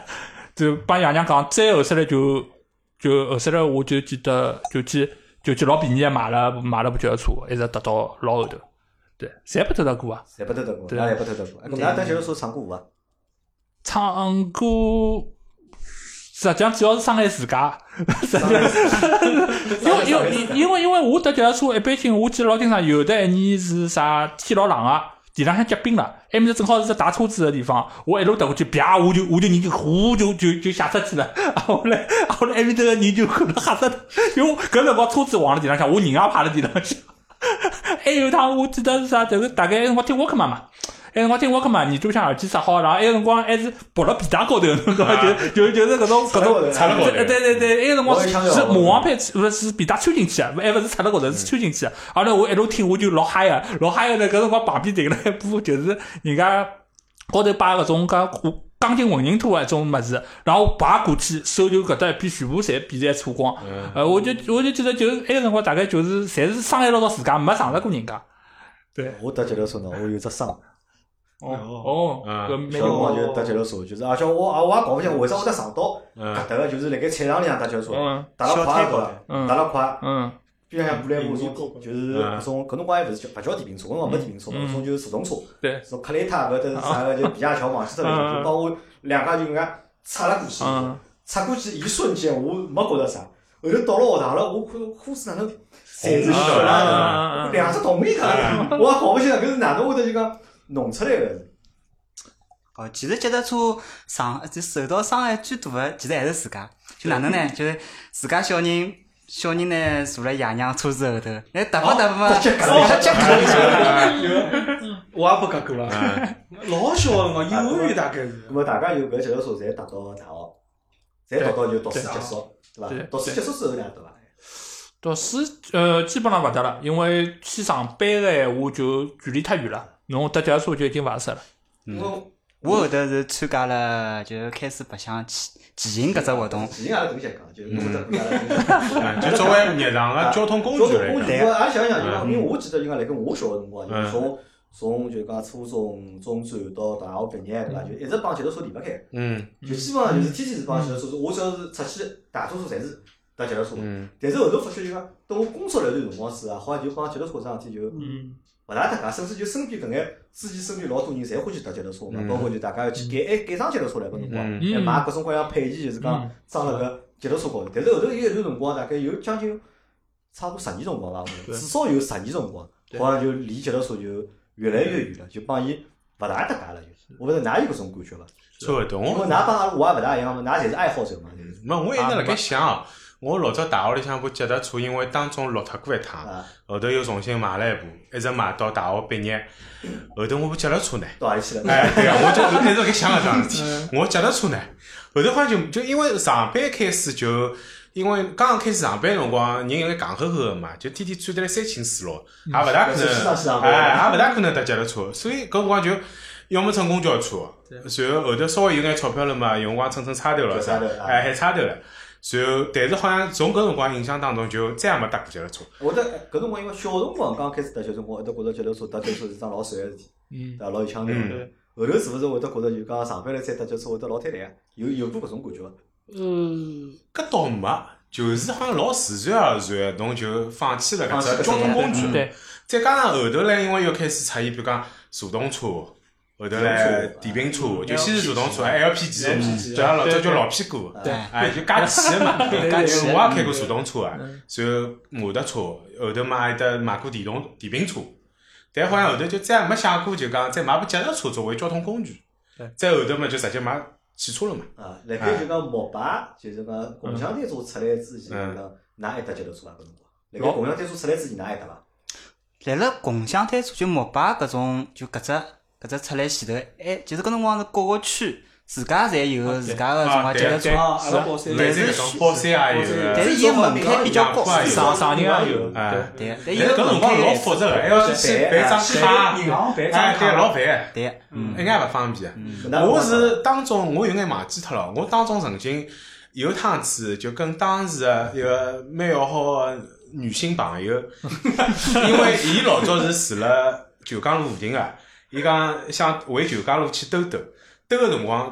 [SPEAKER 3] 就帮爷娘讲。再后头来就就后头来我就记得就去就去老便宜地买了买了部脚踏车，一直踏到老后头。对，侪不偷得过啊。
[SPEAKER 1] 侪没偷得过，
[SPEAKER 3] 对
[SPEAKER 1] 㑚也没偷得过。哎搿㑚搭脚踏车唱过舞伐？
[SPEAKER 3] 唱歌，实际上主要是伤害自家，实际上，因为因为因为因为我搭脚踏车一般性，我记得老清爽，有的一年是啥天老冷啊，地浪向结冰了，埃面搭正好是只打车子的地方，我一路踏过去，啪，我就我就人就呼就就就吓出去了，啊后来啊后来埃面搭个人就可能吓死了，因为搿辰光车子往了地浪向，我人也趴了地浪向。还有一趟我记得是啥，就是大概那辰光听沃克曼嘛，那辰光听沃克曼，耳朵像耳机塞好，然后那辰光还是爬到被单高头，侬讲就就就是搿种搿
[SPEAKER 1] 插了高头
[SPEAKER 3] 种
[SPEAKER 1] 插了
[SPEAKER 2] 高头
[SPEAKER 3] 对对对，那辰光
[SPEAKER 1] 我
[SPEAKER 3] 是
[SPEAKER 1] 也想到
[SPEAKER 3] 是
[SPEAKER 1] 了
[SPEAKER 3] 魔王派，不是是被单穿进去啊的，还勿是插了高头，是穿进去的。后来我一路听我就老嗨啊，老嗨啊！呢，搿辰光旁边停了一部就是人家高头摆搿种讲钢筋混凝土啊，种物事，然后爬过去，手就搿搭一边全部侪比在搓光。呃，我就我就记得就是埃个辰光大概就是侪是伤害到到自家，没伤着过人家。对，
[SPEAKER 1] 我搭脚踏车呢，我有只伤。
[SPEAKER 3] 哦
[SPEAKER 2] 嗯
[SPEAKER 3] 搿没
[SPEAKER 1] 小辰光
[SPEAKER 3] 有，
[SPEAKER 1] 就搭脚踏车，就是而且我啊我也搞勿清为啥会得上到
[SPEAKER 2] 嗯
[SPEAKER 1] 搿搭个，就是辣盖菜场里向搭脚踏车，
[SPEAKER 3] 嗯
[SPEAKER 1] 踏了快也
[SPEAKER 5] 小推
[SPEAKER 1] 高
[SPEAKER 5] 高
[SPEAKER 1] 了，踏了快，
[SPEAKER 3] 嗯
[SPEAKER 1] 边上过来部
[SPEAKER 4] 嗯
[SPEAKER 1] 种就是
[SPEAKER 2] 嗯
[SPEAKER 1] 搿种搿辰光还勿是叫勿叫电瓶车，搿辰光没电瓶车嘛，
[SPEAKER 3] 嗯
[SPEAKER 1] 搿种就是手动车，
[SPEAKER 3] 对
[SPEAKER 1] 从克雷塔搿搭是啥个就皮亚桥往西头来，
[SPEAKER 3] 嗯
[SPEAKER 1] 就帮我两家就搿能擦了过去，
[SPEAKER 3] 嗯
[SPEAKER 1] 擦过去一瞬间我没觉着啥，后头到了学堂了，我看裤子哪能侪是血
[SPEAKER 2] 红
[SPEAKER 1] 啦
[SPEAKER 2] 了
[SPEAKER 1] 哪能。
[SPEAKER 3] 嗯嗯，
[SPEAKER 1] 两只同一个，
[SPEAKER 2] 嗯
[SPEAKER 1] 我也搞不清搿是哪能会得就讲弄出来个。
[SPEAKER 5] 哦，其实脚踏车伤就受到伤害最大的，其实还是自家。就哪能呢？就是自家小人，小人呢坐辣爷娘车子后头，哎，踏吧踏
[SPEAKER 1] 哦
[SPEAKER 5] 吧，踏
[SPEAKER 1] 脚
[SPEAKER 5] 脚
[SPEAKER 1] 夹了
[SPEAKER 5] 脚夹了
[SPEAKER 4] 我也不搿个
[SPEAKER 2] 哎
[SPEAKER 4] 了，老小个辰光，幼儿园大概是
[SPEAKER 1] 那，么啊大家有搿脚踏车，侪踏到大学，侪读到就读书结束，对伐
[SPEAKER 3] 对？
[SPEAKER 1] 读书结束之后哪能对伐？
[SPEAKER 3] 读书呃基本上勿得了，因为去上班个闲话就距离太远了，侬搭脚踏车就已经勿合适了。
[SPEAKER 1] 我
[SPEAKER 5] 我后头是参加了，就开始白相骑骑行搿只活动。
[SPEAKER 1] 其实阿拉同学讲，就是我得讲。
[SPEAKER 2] 嗯就作为日常的交通工具嗯来
[SPEAKER 1] 工
[SPEAKER 2] 讲
[SPEAKER 1] 具，我也想想就讲，因为我记得就讲辣盖我小个辰光，
[SPEAKER 2] 嗯
[SPEAKER 1] 就是从从就讲初中中专到大学毕业对伐，就一直帮脚踏车离勿开，
[SPEAKER 2] 嗯
[SPEAKER 1] 就基本上就是天天是帮脚踏车。我只要是出去，大多数侪是搭脚踏车。
[SPEAKER 2] 嗯，
[SPEAKER 1] 但是后头发觉就讲，等我工作了一段辰光之后啊，好像就帮脚踏车这桩事体就
[SPEAKER 3] 嗯，
[SPEAKER 1] 勿大搭界，甚至就身边搿眼之前身边老多人侪欢喜搭脚踏车嘛，包括就大家要去改哎改装脚踏车来搿辰光，
[SPEAKER 2] 嗯
[SPEAKER 1] 还买各种各样配件，就是讲装辣搿脚踏车高头。但是后头有一段辰光，大概有将近差不多十年辰光伐，我觉得
[SPEAKER 3] 对
[SPEAKER 1] 至少有十年辰光，好像就离脚踏车就越来越远了，就帮伊勿大搭界了。就我勿知道㑚有搿种感觉伐？
[SPEAKER 2] 差勿多。
[SPEAKER 1] 因为
[SPEAKER 2] 我
[SPEAKER 1] 㑚帮阿拉我也勿大一样嘛，㑚侪是爱好者嘛，就是
[SPEAKER 2] 没，我一直辣盖想啊，我老早大学里向部脚踏车，因为当中落脱过一趟，
[SPEAKER 1] 啊，
[SPEAKER 2] 后头又重新买了一部，一直买到大学毕业。后头我部脚踏车呢，
[SPEAKER 1] 到何里去了？
[SPEAKER 2] 哎，对啊，我就一直辣盖想搿桩事体。我脚踏车呢，后头好像就就因为上班开始就，因为刚刚开始上班辰光，人有眼戆呵呵个嘛，就天天穿得来三清四落，也勿大可
[SPEAKER 1] 嗯是啊是啊
[SPEAKER 2] 能，哎，也勿大可能搭脚踏车，所以搿辰光就要么乘公交车，然后后头稍微有眼钞票了嘛，有辰光乘乘差头了啥
[SPEAKER 1] 对差头，啊
[SPEAKER 2] 哎，还差头了。然后，但是好像从搿辰光印象当中就再也没搭过脚踏车。
[SPEAKER 1] 我觉得搿辰光因为小辰光刚开始搭小辰光，会得觉得脚踏车搭脚踏车是桩老帅个事体，
[SPEAKER 3] 嗯
[SPEAKER 1] 对伐？老有腔调
[SPEAKER 2] 嗯
[SPEAKER 1] 的。后头是勿是会得觉得就讲上班了再搭脚踏车会得老太累啊？有有过搿种感觉伐？啊
[SPEAKER 2] 嗯，搿倒没，就是好像老自然而然，侬就放弃了搿只交通工具。
[SPEAKER 3] 对，
[SPEAKER 2] 再加上后头唻，因为又开始出现，比如讲手动车，后啊嗯后头来电瓶车，就先是传动车，LPG，叫阿嗯啊拉老早叫老屁股，
[SPEAKER 5] 对
[SPEAKER 2] 哎，就加气个嘛， <laughs>
[SPEAKER 5] 加
[SPEAKER 2] 因
[SPEAKER 5] 气
[SPEAKER 2] 为我也开过传动车啊，随后摩托车，后头嘛还得买过电动电瓶车，但好像后头就再也没想过就讲再买部脚踏车作为交通工具，再后头嘛就直接买汽车了嘛，
[SPEAKER 1] 啊，辣盖就讲摩拜，就是讲共享单车出来之前，就
[SPEAKER 2] 嗯
[SPEAKER 1] 讲㑚还搭脚踏车伐？搿辰光，辣盖共享单车出来之前，㑚还搭伐？
[SPEAKER 5] 辣辣共享单车就摩拜搿种，就搿只搿只出来前头，哎，就是搿辰光是各个区自家侪有自家个
[SPEAKER 2] 啊
[SPEAKER 5] 什么
[SPEAKER 2] 对
[SPEAKER 5] 脚踏
[SPEAKER 2] 对
[SPEAKER 5] 车，
[SPEAKER 4] 啊，阿
[SPEAKER 3] 是
[SPEAKER 4] 拉
[SPEAKER 3] 啊
[SPEAKER 4] 宝山，
[SPEAKER 2] 类
[SPEAKER 5] 但
[SPEAKER 2] 似
[SPEAKER 5] 是
[SPEAKER 2] 搿种包啊山也有的，
[SPEAKER 5] 但是伊门槛比较高，
[SPEAKER 2] 对
[SPEAKER 3] 上上人也
[SPEAKER 2] 有
[SPEAKER 3] 有，
[SPEAKER 2] 哎
[SPEAKER 3] 对。
[SPEAKER 5] 对，但
[SPEAKER 2] 但
[SPEAKER 5] 伊
[SPEAKER 2] 是搿
[SPEAKER 5] 个
[SPEAKER 2] 辰
[SPEAKER 5] 门
[SPEAKER 2] 光老
[SPEAKER 5] 槛
[SPEAKER 2] 复杂个，还要去先办张卡，
[SPEAKER 4] 银行办
[SPEAKER 2] 哎
[SPEAKER 4] 张，
[SPEAKER 2] 对，
[SPEAKER 4] 卡，
[SPEAKER 2] 老烦，
[SPEAKER 5] 对，嗯，
[SPEAKER 2] 一眼勿方便。
[SPEAKER 1] 㑚
[SPEAKER 2] 我是当中，我有眼忘记脱了。我当中曾经有趟子，就跟当时的一个蛮要好的女性朋友，因为伊老早是住辣九江路附近个，伊讲想回九江路去兜兜，兜个辰光。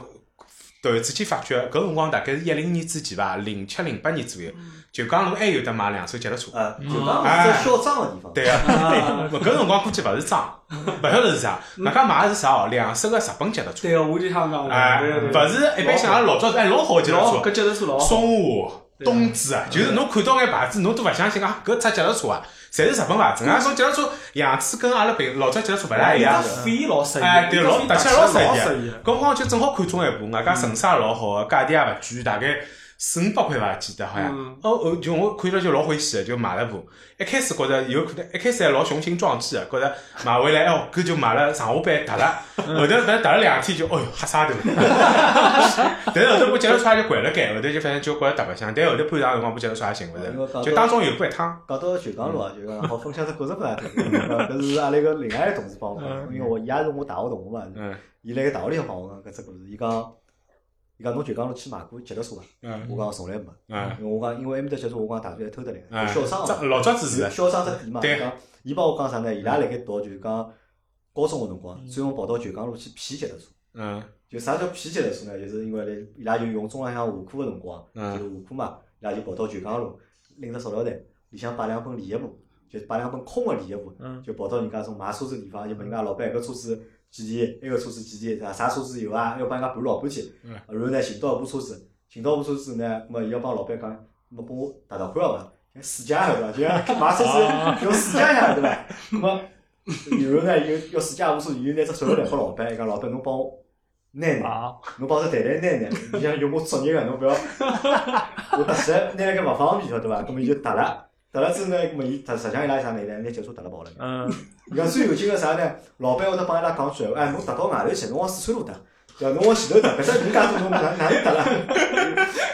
[SPEAKER 2] 突然之间发觉，搿辰光大概是一零年之前伐，零七零八年左右，九江路还有得买两手脚踏车。
[SPEAKER 1] 啊，就
[SPEAKER 2] 嗯
[SPEAKER 1] 讲
[SPEAKER 2] 哎
[SPEAKER 1] 是销赃个地方，
[SPEAKER 2] 对啊， <laughs> 搿辰光估计勿是装，勿晓得是啥，
[SPEAKER 4] 嗯
[SPEAKER 2] 外加买的是啥哦？两色个日本脚踏车，
[SPEAKER 4] 对个，我就想讲，
[SPEAKER 2] 哎，
[SPEAKER 4] 嗯对对
[SPEAKER 2] 勿是一般像阿拉老早哎老好的脚
[SPEAKER 4] 老
[SPEAKER 2] 踏
[SPEAKER 4] 好搿
[SPEAKER 2] 车，
[SPEAKER 4] 脚踏车老好，
[SPEAKER 2] 松下、东芝啊，就是侬看到眼牌子，侬都勿相信啊，搿只脚踏车啊，侪是日本牌子，俺种脚踏车样子跟阿拉平老早脚踏车勿大一样
[SPEAKER 4] 伊。只飞老适意，
[SPEAKER 2] 哎，对，老搭起来老
[SPEAKER 4] 老
[SPEAKER 2] 适意。搿辰光就正好看中一部，外加成色也老好个，价钿也勿贵，大概四五百块伐，记得好像
[SPEAKER 4] 嗯。
[SPEAKER 2] 哦哦，就我看了就老欢喜个，就买了部。一开始觉着有可能，一开始还老雄心壮志个，觉着买回来哦，搿就买了上下班踏了，
[SPEAKER 1] 嗯
[SPEAKER 2] <laughs> 后头反正踏了两天就，哦哟，吓傻头。 <laughs> 但是后头我脚踏车也就掼了改，后头就反正就觉着踏白相，但后头半场辰光我脚踏车也寻
[SPEAKER 1] 哦因为
[SPEAKER 2] 勿
[SPEAKER 1] 搞
[SPEAKER 2] 着，
[SPEAKER 1] 到
[SPEAKER 2] 就当中有过一趟。
[SPEAKER 1] 讲到九江路
[SPEAKER 2] 嗯
[SPEAKER 1] 啊，就讲好分享只故事拨大家听。呃搿是阿拉一个另外一个同事帮我讲，因为我伊也是我大学同学嘛，
[SPEAKER 2] 嗯
[SPEAKER 1] 伊辣个大学里向帮我讲搿只故事，伊讲伊讲侬九江路去买过脚踏车伐？
[SPEAKER 2] 嗯
[SPEAKER 1] 我讲从来没，
[SPEAKER 2] 嗯，
[SPEAKER 1] 因为我讲因为埃面搭脚踏车我讲大专还偷得来，
[SPEAKER 2] 嗯
[SPEAKER 1] 销赃
[SPEAKER 2] 这老早子是
[SPEAKER 1] 销商只店嘛，
[SPEAKER 2] 对
[SPEAKER 1] 讲伊帮我讲啥呢？伊拉辣盖读就是讲高中个辰光，专门跑到九江路去骗脚踏车。 <laughs>
[SPEAKER 2] 嗯
[SPEAKER 1] 就啥叫骗脚踏车呢？就是因为嘞，伊拉就用中浪向下课个辰光，
[SPEAKER 2] 嗯
[SPEAKER 1] 就是下课嘛，伊拉就跑到九江路，拎着塑料袋，里向摆两本礼物，就摆两本空个礼物，
[SPEAKER 3] 嗯
[SPEAKER 1] 就跑到人家种卖车子地方，就问人家老板搿车子几钿，埃个车子几钿，啥啥车子有啊？要帮人家盘老半天，
[SPEAKER 2] 嗯
[SPEAKER 1] 然后呢，寻到一部车子，寻到一部车子呢，咾么伊要帮老板讲，咾帮我打打款好伐？就试驾一下对伐？就像买车子要试驾一下对伐？咾么，然后呢，又要试驾一部车，又拿只手袋拨老板，伊讲老板侬帮我拿拿。
[SPEAKER 3] 啊，
[SPEAKER 1] 侬帮只谈谈拿拿，你想有我作业啊个，侬不要，我踏实拿了个勿方便，晓得伐？咁么伊就踏了，踏了之后呢，咁么伊踏实际上伊拉啥呢？伊拉拿脚车踏了跑了。
[SPEAKER 3] 嗯，
[SPEAKER 1] 伊讲最有劲个啥呢？老板会得帮伊拉讲句闲话，哎，侬踏到外头去，侬往四川路踏，对伐？侬往前头踏，搿只人家多，侬哪哪能踏啦？ <laughs>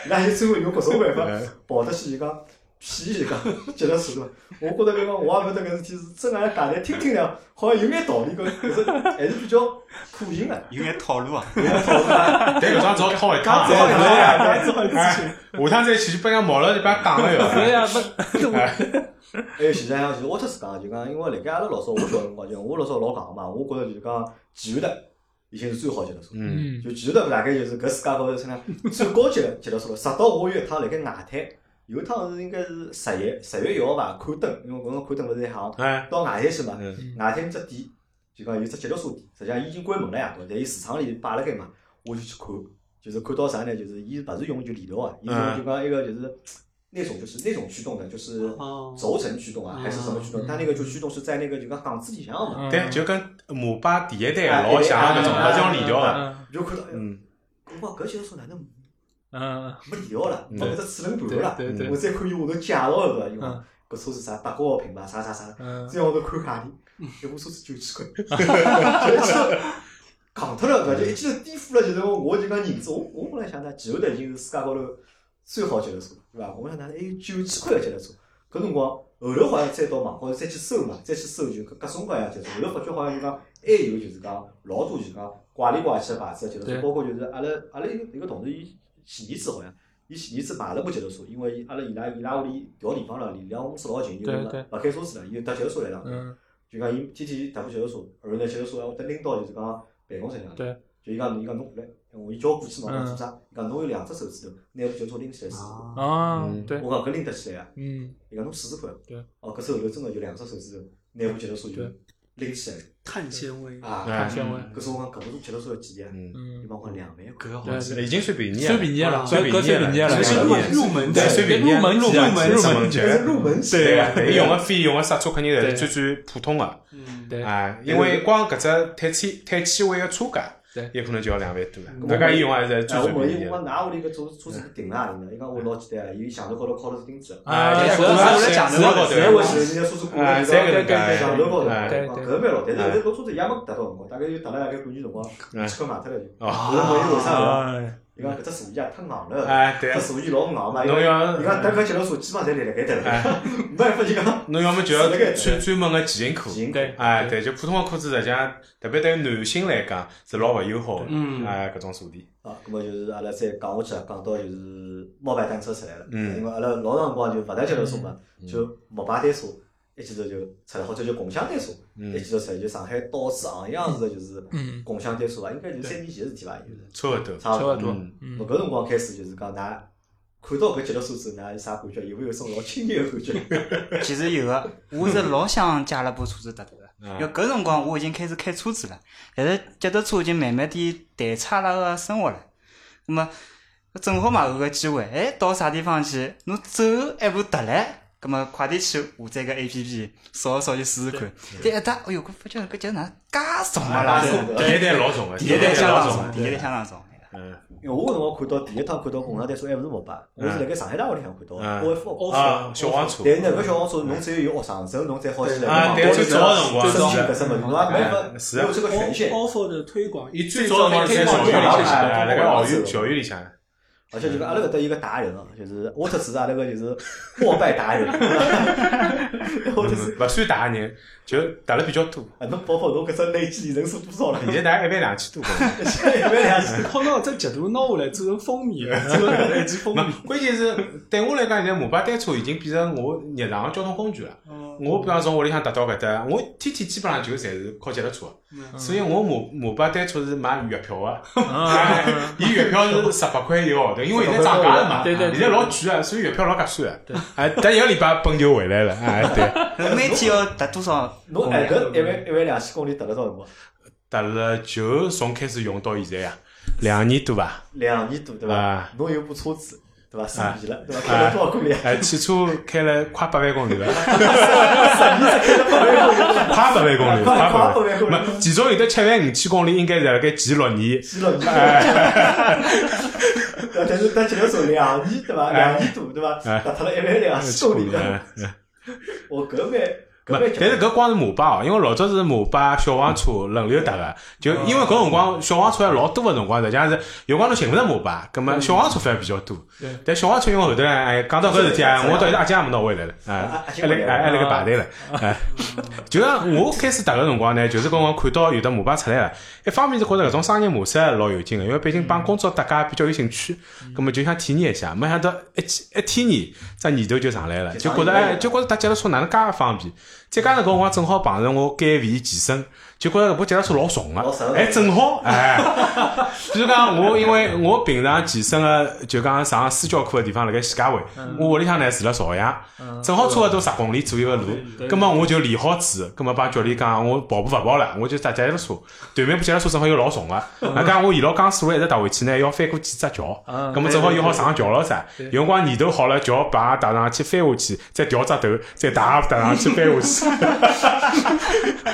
[SPEAKER 1] 伊拉就最后用各种办法
[SPEAKER 2] 嗯
[SPEAKER 1] 跑得去，伊讲骗伊讲脚踏车对伐？我觉着搿个我也勿晓得搿事体是真还是假的，听听呢，好像有眼道理，搿搿是还是比较可行个。
[SPEAKER 5] 有眼套路啊，
[SPEAKER 2] 但搿桩只好掏一趟啊。
[SPEAKER 1] 对呀， <laughs> 搿是
[SPEAKER 2] 哎，下趟再去就把人家毛了，就把人讲了
[SPEAKER 3] 嗯 <laughs> 对
[SPEAKER 1] <laughs> 哎啊嗯
[SPEAKER 2] 哟。
[SPEAKER 3] 呀，不，
[SPEAKER 1] 还有现在像就是我只自家就讲，因为辣盖阿拉老早我小辰光就我老早老戆个嘛，我觉着就是讲奇瑞的已经是最好的脚踏车。
[SPEAKER 2] 嗯，
[SPEAKER 1] 就奇瑞的大概就是搿世界高头称量最高级的脚踏车了。直到我有一趟辣盖外滩，有一趟是应该是十月十月一号吧，看灯，因为搿辰光看灯勿是一行，
[SPEAKER 2] 哎，
[SPEAKER 1] 到外滩去嘛，
[SPEAKER 2] 嗯
[SPEAKER 1] 外滩只店就讲有只脚踏车店，实际上伊已经关门了呀，但伊市场里摆辣盖嘛，我就去看，就是看到啥呢？就是伊勿是用就链条啊，伊用就讲一个就是那种就是那种驱动的，就是
[SPEAKER 4] 哦
[SPEAKER 1] 轴承驱动啊，还是什么驱动？它那个就
[SPEAKER 2] 嗯
[SPEAKER 1] 驱动是在那个就讲杠子里向的嘛，
[SPEAKER 3] 嗯
[SPEAKER 2] 对，就跟摩拜第一代
[SPEAKER 1] 哎
[SPEAKER 2] 老像搿种，
[SPEAKER 1] 哎哎
[SPEAKER 2] 勿是用链条的。
[SPEAKER 3] 嗯
[SPEAKER 1] 你就看到，哎呦，
[SPEAKER 2] 啊嗯，
[SPEAKER 1] 我讲搿脚踏车哪能
[SPEAKER 3] 嗯，
[SPEAKER 1] 没链条了，
[SPEAKER 2] 嗯
[SPEAKER 1] 没搿只齿轮盘了
[SPEAKER 3] 对
[SPEAKER 2] 对对
[SPEAKER 1] 啦？我再看伊下头介绍个对伐？伊讲搿车是啥德国个品牌，啥啥啥，
[SPEAKER 3] 嗯
[SPEAKER 1] 再往头看价钿，一部车子九千块，就一记头戆脱了对伐？就一记头颠覆了，就是我我就讲认知，我我本来想呢，前头的已经是世界高头最好脚踏车了，对伐？我想哪能还有九千块个脚踏车？搿辰光后头好像再到网高头再去搜嘛，再去搜就各种各样就是，后头发觉好像就讲还有就是讲老多就是讲怪里怪气的牌子，就是
[SPEAKER 3] 对
[SPEAKER 1] 包括就是阿拉阿拉有一个同事伊前年子好像。伊前年子买了部脚踏车，因为伊阿拉伊拉伊拉屋里调地方了，离两公司老近，就
[SPEAKER 3] 对
[SPEAKER 1] 是
[SPEAKER 3] 对
[SPEAKER 1] 勿开车子了，伊就搭脚踏车来上班。
[SPEAKER 3] 嗯，
[SPEAKER 1] 就讲伊天天踏部脚踏车，然后呢脚踏车还会得拎到就是讲办公室里向。
[SPEAKER 3] 对。
[SPEAKER 1] 就伊讲伊讲侬过来，我伊叫我过去嘛，我讲
[SPEAKER 3] 嗯
[SPEAKER 1] 做啥？伊讲侬有两只手指头，拿部脚踏车拎起来试试。
[SPEAKER 3] 啊，对，
[SPEAKER 1] 我讲搿拎得起来啊？
[SPEAKER 3] 嗯，
[SPEAKER 1] 伊讲侬试试看。
[SPEAKER 3] 对。
[SPEAKER 1] 哦，搿手后头真个就两只手指头，拿部脚踏车就
[SPEAKER 3] 对
[SPEAKER 1] 拎起来
[SPEAKER 4] 碳纤维
[SPEAKER 1] 啊，
[SPEAKER 3] 碳纤维，
[SPEAKER 1] 搿辰光搿部车吃了多少几钿啊？
[SPEAKER 2] 嗯，
[SPEAKER 1] 一
[SPEAKER 3] 嗯，
[SPEAKER 1] 帮我两万块
[SPEAKER 4] 搿。个好
[SPEAKER 3] 对
[SPEAKER 4] 吃。
[SPEAKER 2] 哦已经算便宜了，哦
[SPEAKER 3] 算便宜了
[SPEAKER 2] 算便
[SPEAKER 3] 搿搿算
[SPEAKER 2] 宜
[SPEAKER 3] 便宜了
[SPEAKER 2] 算便宜
[SPEAKER 1] 入门
[SPEAKER 2] 对，
[SPEAKER 1] 的
[SPEAKER 2] 算便宜
[SPEAKER 3] 入门入
[SPEAKER 2] 是啊
[SPEAKER 3] 门
[SPEAKER 2] 入
[SPEAKER 3] 入门
[SPEAKER 2] 级
[SPEAKER 1] 这是入门级
[SPEAKER 2] 对
[SPEAKER 1] 的
[SPEAKER 2] 啊，你用个费用个刹车肯定侪
[SPEAKER 3] 对
[SPEAKER 2] 是最最普通个
[SPEAKER 4] 嗯，
[SPEAKER 3] 对，
[SPEAKER 2] 啊，因为光搿只碳纤碳纤维个车架
[SPEAKER 3] 对，
[SPEAKER 2] 有可能就要两万多了。
[SPEAKER 1] 嗯
[SPEAKER 2] 大家伊用个是
[SPEAKER 1] 哎，
[SPEAKER 2] 最
[SPEAKER 1] 我
[SPEAKER 2] 最
[SPEAKER 1] 问伊，
[SPEAKER 2] 便宜
[SPEAKER 1] 我
[SPEAKER 2] 的。
[SPEAKER 1] 讲㑚屋里搿车车子停哪里呢？伊讲我老简单，伊墙头高头敲了只钉子。
[SPEAKER 3] 啊
[SPEAKER 2] 哎
[SPEAKER 3] 是
[SPEAKER 2] 我
[SPEAKER 3] 啊
[SPEAKER 2] 讲
[SPEAKER 5] 是啊
[SPEAKER 2] 讲
[SPEAKER 5] 是
[SPEAKER 2] 是哎
[SPEAKER 5] 啊
[SPEAKER 2] 啊高头
[SPEAKER 1] 侪会是人家车子过来，墙头高头，
[SPEAKER 2] 哎
[SPEAKER 1] 搿蛮老，但是我搿车子也没达到辰光，大概就达了大概半年辰光，车卖脱了就。
[SPEAKER 2] 哎哦，
[SPEAKER 1] 我问伊为啥？
[SPEAKER 3] 嗯
[SPEAKER 4] 哎，
[SPEAKER 1] 伊讲搿只座椅啊太硬了，
[SPEAKER 2] 哎，对啊
[SPEAKER 1] 搿，座椅老硬嘛。伊
[SPEAKER 2] 侬
[SPEAKER 1] 讲，
[SPEAKER 2] 要
[SPEAKER 1] 伊讲但搿脚踏车基本上侪立辣盖头，
[SPEAKER 2] 哎
[SPEAKER 1] 没办法
[SPEAKER 2] <laughs>
[SPEAKER 1] 就讲。
[SPEAKER 2] 侬要么就要
[SPEAKER 1] 是的
[SPEAKER 2] 穿专门个骑行裤。
[SPEAKER 1] 行，
[SPEAKER 3] 对，
[SPEAKER 2] 哎，对，就普通个裤子，实际上特别对于男性来讲是老勿友好的。
[SPEAKER 4] 嗯
[SPEAKER 2] 哎，搿种坐垫，
[SPEAKER 1] 啊，咁么就是阿拉再讲下去，啊讲到就是摩拜单车出来了，
[SPEAKER 2] 嗯
[SPEAKER 1] 因为阿拉老长辰光就勿谈脚踏车嘛，就摩拜单车，一记头就出来，或者就共享单车，
[SPEAKER 2] 嗯
[SPEAKER 1] 一记头出来，就上海到处行样子的就是
[SPEAKER 3] 嗯，
[SPEAKER 1] 共享单车伐，应该就是三年前的事体伐，应该是
[SPEAKER 2] 嗯差勿多。
[SPEAKER 1] 差
[SPEAKER 3] 差
[SPEAKER 1] 勿
[SPEAKER 3] 勿多
[SPEAKER 1] 多。
[SPEAKER 2] 嗯，
[SPEAKER 3] 嗯
[SPEAKER 1] 我搿辰光开始就是讲，㑚看到搿脚踏车之后，㑚有啥感觉？有没有一种老亲切的
[SPEAKER 2] <laughs>
[SPEAKER 1] 感觉？
[SPEAKER 5] <laughs> 其实有个，我是老想借阿拉部车子搭搭个，
[SPEAKER 2] 嗯
[SPEAKER 5] 因为搿辰光我已经开始开车子了，但是脚踏车已经慢慢地代替阿拉个生活了。那么正好嘛有个机会，哎，到啥地方去，侬走还不如踏来。葛么快点去下载个 A P P，扫一扫去试试看。但一搭，哎哟，搿发觉搿脚哪介重啊啦！
[SPEAKER 1] 介重
[SPEAKER 2] 第一代哎老重个，
[SPEAKER 5] 第一代相当
[SPEAKER 2] 老重
[SPEAKER 5] 重，
[SPEAKER 2] 个。
[SPEAKER 5] 第一代相当重。
[SPEAKER 2] 嗯，
[SPEAKER 1] 因为我搿辰光看到第一趟看到共享单车还勿是摩拜，我是辣盖上海大学里向看到的
[SPEAKER 2] 嗯
[SPEAKER 1] O F O。
[SPEAKER 2] 啊，小黄车。
[SPEAKER 1] 但是呢，搿小黄车侬只有有学生证，侬才好去来
[SPEAKER 2] 啊
[SPEAKER 1] 帮
[SPEAKER 2] 对
[SPEAKER 1] 忙
[SPEAKER 2] 最早的辰光
[SPEAKER 1] 申请
[SPEAKER 2] 是
[SPEAKER 1] 搿什么，侬也没法
[SPEAKER 2] 哎是啊
[SPEAKER 1] 没有这个权限。
[SPEAKER 4] offer 的推广，
[SPEAKER 2] 伊最早辰光在校园里向，哎辣盖校园校园里向，
[SPEAKER 1] 而且就是阿拉搿搭有一个达人啊，就是沃特斯阿拉个就是摩拜达
[SPEAKER 2] <laughs>
[SPEAKER 1] 人， <laughs> 沃特斯，
[SPEAKER 2] 勿算大人，就踏了比较多。
[SPEAKER 1] 啊，侬包括侬搿只累计人数多少了？ <laughs>
[SPEAKER 2] 现在大概一万两千多个。
[SPEAKER 1] 一万两千。
[SPEAKER 4] 好拿只截图拿下来做成封面， <laughs> 做成一记封面。
[SPEAKER 2] 没，关键是对我来讲，现在摩拜单车已经变成我日常个交通工具了。
[SPEAKER 4] 嗯
[SPEAKER 2] 我比方从屋里向踏到搿搭，我天天基本上就侪是靠脚踏车的，
[SPEAKER 4] 嗯
[SPEAKER 2] 所以我摩摩拜单车是买月票个。
[SPEAKER 3] 啊，
[SPEAKER 2] 伊月票是十八块一个号头，因为现在涨价了嘛，
[SPEAKER 3] 对对对
[SPEAKER 2] 现在老贵啊，所以月票老合算啊。哎，但一个礼拜奔就回来了，哎，对，
[SPEAKER 5] 每天要达多少
[SPEAKER 1] 侬
[SPEAKER 2] 哦
[SPEAKER 5] 公
[SPEAKER 1] 哎
[SPEAKER 5] 里？
[SPEAKER 1] 搿一万一万两千公里达了多少辰光？
[SPEAKER 2] 踏了就从开始用到现在呀，两年多吧。
[SPEAKER 1] 两年多对伐
[SPEAKER 2] 啊？
[SPEAKER 1] 侬有部车子对伐？
[SPEAKER 2] 啊
[SPEAKER 1] 十年了对伐？开了多少公
[SPEAKER 2] <laughs>
[SPEAKER 1] 里啊？
[SPEAKER 2] 哎，汽车开了快八万公里了，
[SPEAKER 1] 开了多少公里？
[SPEAKER 2] 快八万公里，
[SPEAKER 1] 快
[SPEAKER 2] 快
[SPEAKER 1] 快
[SPEAKER 2] 八
[SPEAKER 1] 八
[SPEAKER 2] 万
[SPEAKER 1] 万公里
[SPEAKER 2] 公里。没，其中有的七万五千公里应该是辣盖前六年。
[SPEAKER 1] 几了 <laughs>
[SPEAKER 2] 啊
[SPEAKER 1] 年？但是但前头说两年对
[SPEAKER 2] 啊
[SPEAKER 1] 伐？两年多对伐？
[SPEAKER 2] 哎
[SPEAKER 1] 达脱了一万两千公里了。
[SPEAKER 2] 嗯
[SPEAKER 1] 我搿蛮搿
[SPEAKER 2] 没
[SPEAKER 1] 蛮，
[SPEAKER 2] 但是搿光是摩拜哦，因为老早是摩拜小黄车轮流搭个，就
[SPEAKER 1] 哦
[SPEAKER 2] 因为搿辰光小黄车还老多个辰光，实际上是有光侬寻勿着摩拜，葛
[SPEAKER 1] 嗯
[SPEAKER 2] 末小黄车反而比较多
[SPEAKER 3] 对。
[SPEAKER 2] 但小黄车因为后头呢，哎，讲到搿事体啊，
[SPEAKER 1] 是
[SPEAKER 2] 我到现在阿姐也没拿回来了，
[SPEAKER 1] 啊
[SPEAKER 2] 哎，
[SPEAKER 1] 阿姐
[SPEAKER 2] 还辣
[SPEAKER 1] 回来了
[SPEAKER 2] 哎
[SPEAKER 1] 啊
[SPEAKER 2] 还辣盖排队了，哎，就像我开始搭个辰光呢，就是搿辰光看到有的摩拜出来了，一方面是觉着搿种商业模式老有劲个，因为毕竟帮工作大家比较有兴趣，
[SPEAKER 1] 嗯
[SPEAKER 2] 葛末就想体验一下，没想到一起一体验，这念头就上来了，就觉着哎，就觉着搭脚踏车哪能介方便。再加上搿辰光正好碰着我减肥健身，就觉着搿部脚踏车老重
[SPEAKER 1] 老重
[SPEAKER 2] 个，哎，正好哎，比如讲我因为我平常健身个就讲上私教课个地方辣盖徐家汇，我屋里向呢住辣朝阳，正好差勿多十公里左右个路，葛末我就练好子，葛末帮教练讲我跑步勿跑了，我就搭脚踏车，对面部脚踏车正好又老重个，啊那讲我沿牢江苏路一直搭回去呢，要翻过几只桥，
[SPEAKER 3] 嗯
[SPEAKER 2] 葛末正好又好上桥了噻，有辰光念头好了，桥把搭上去翻下去，再调只头，再打搭上去翻下去。 <laughs>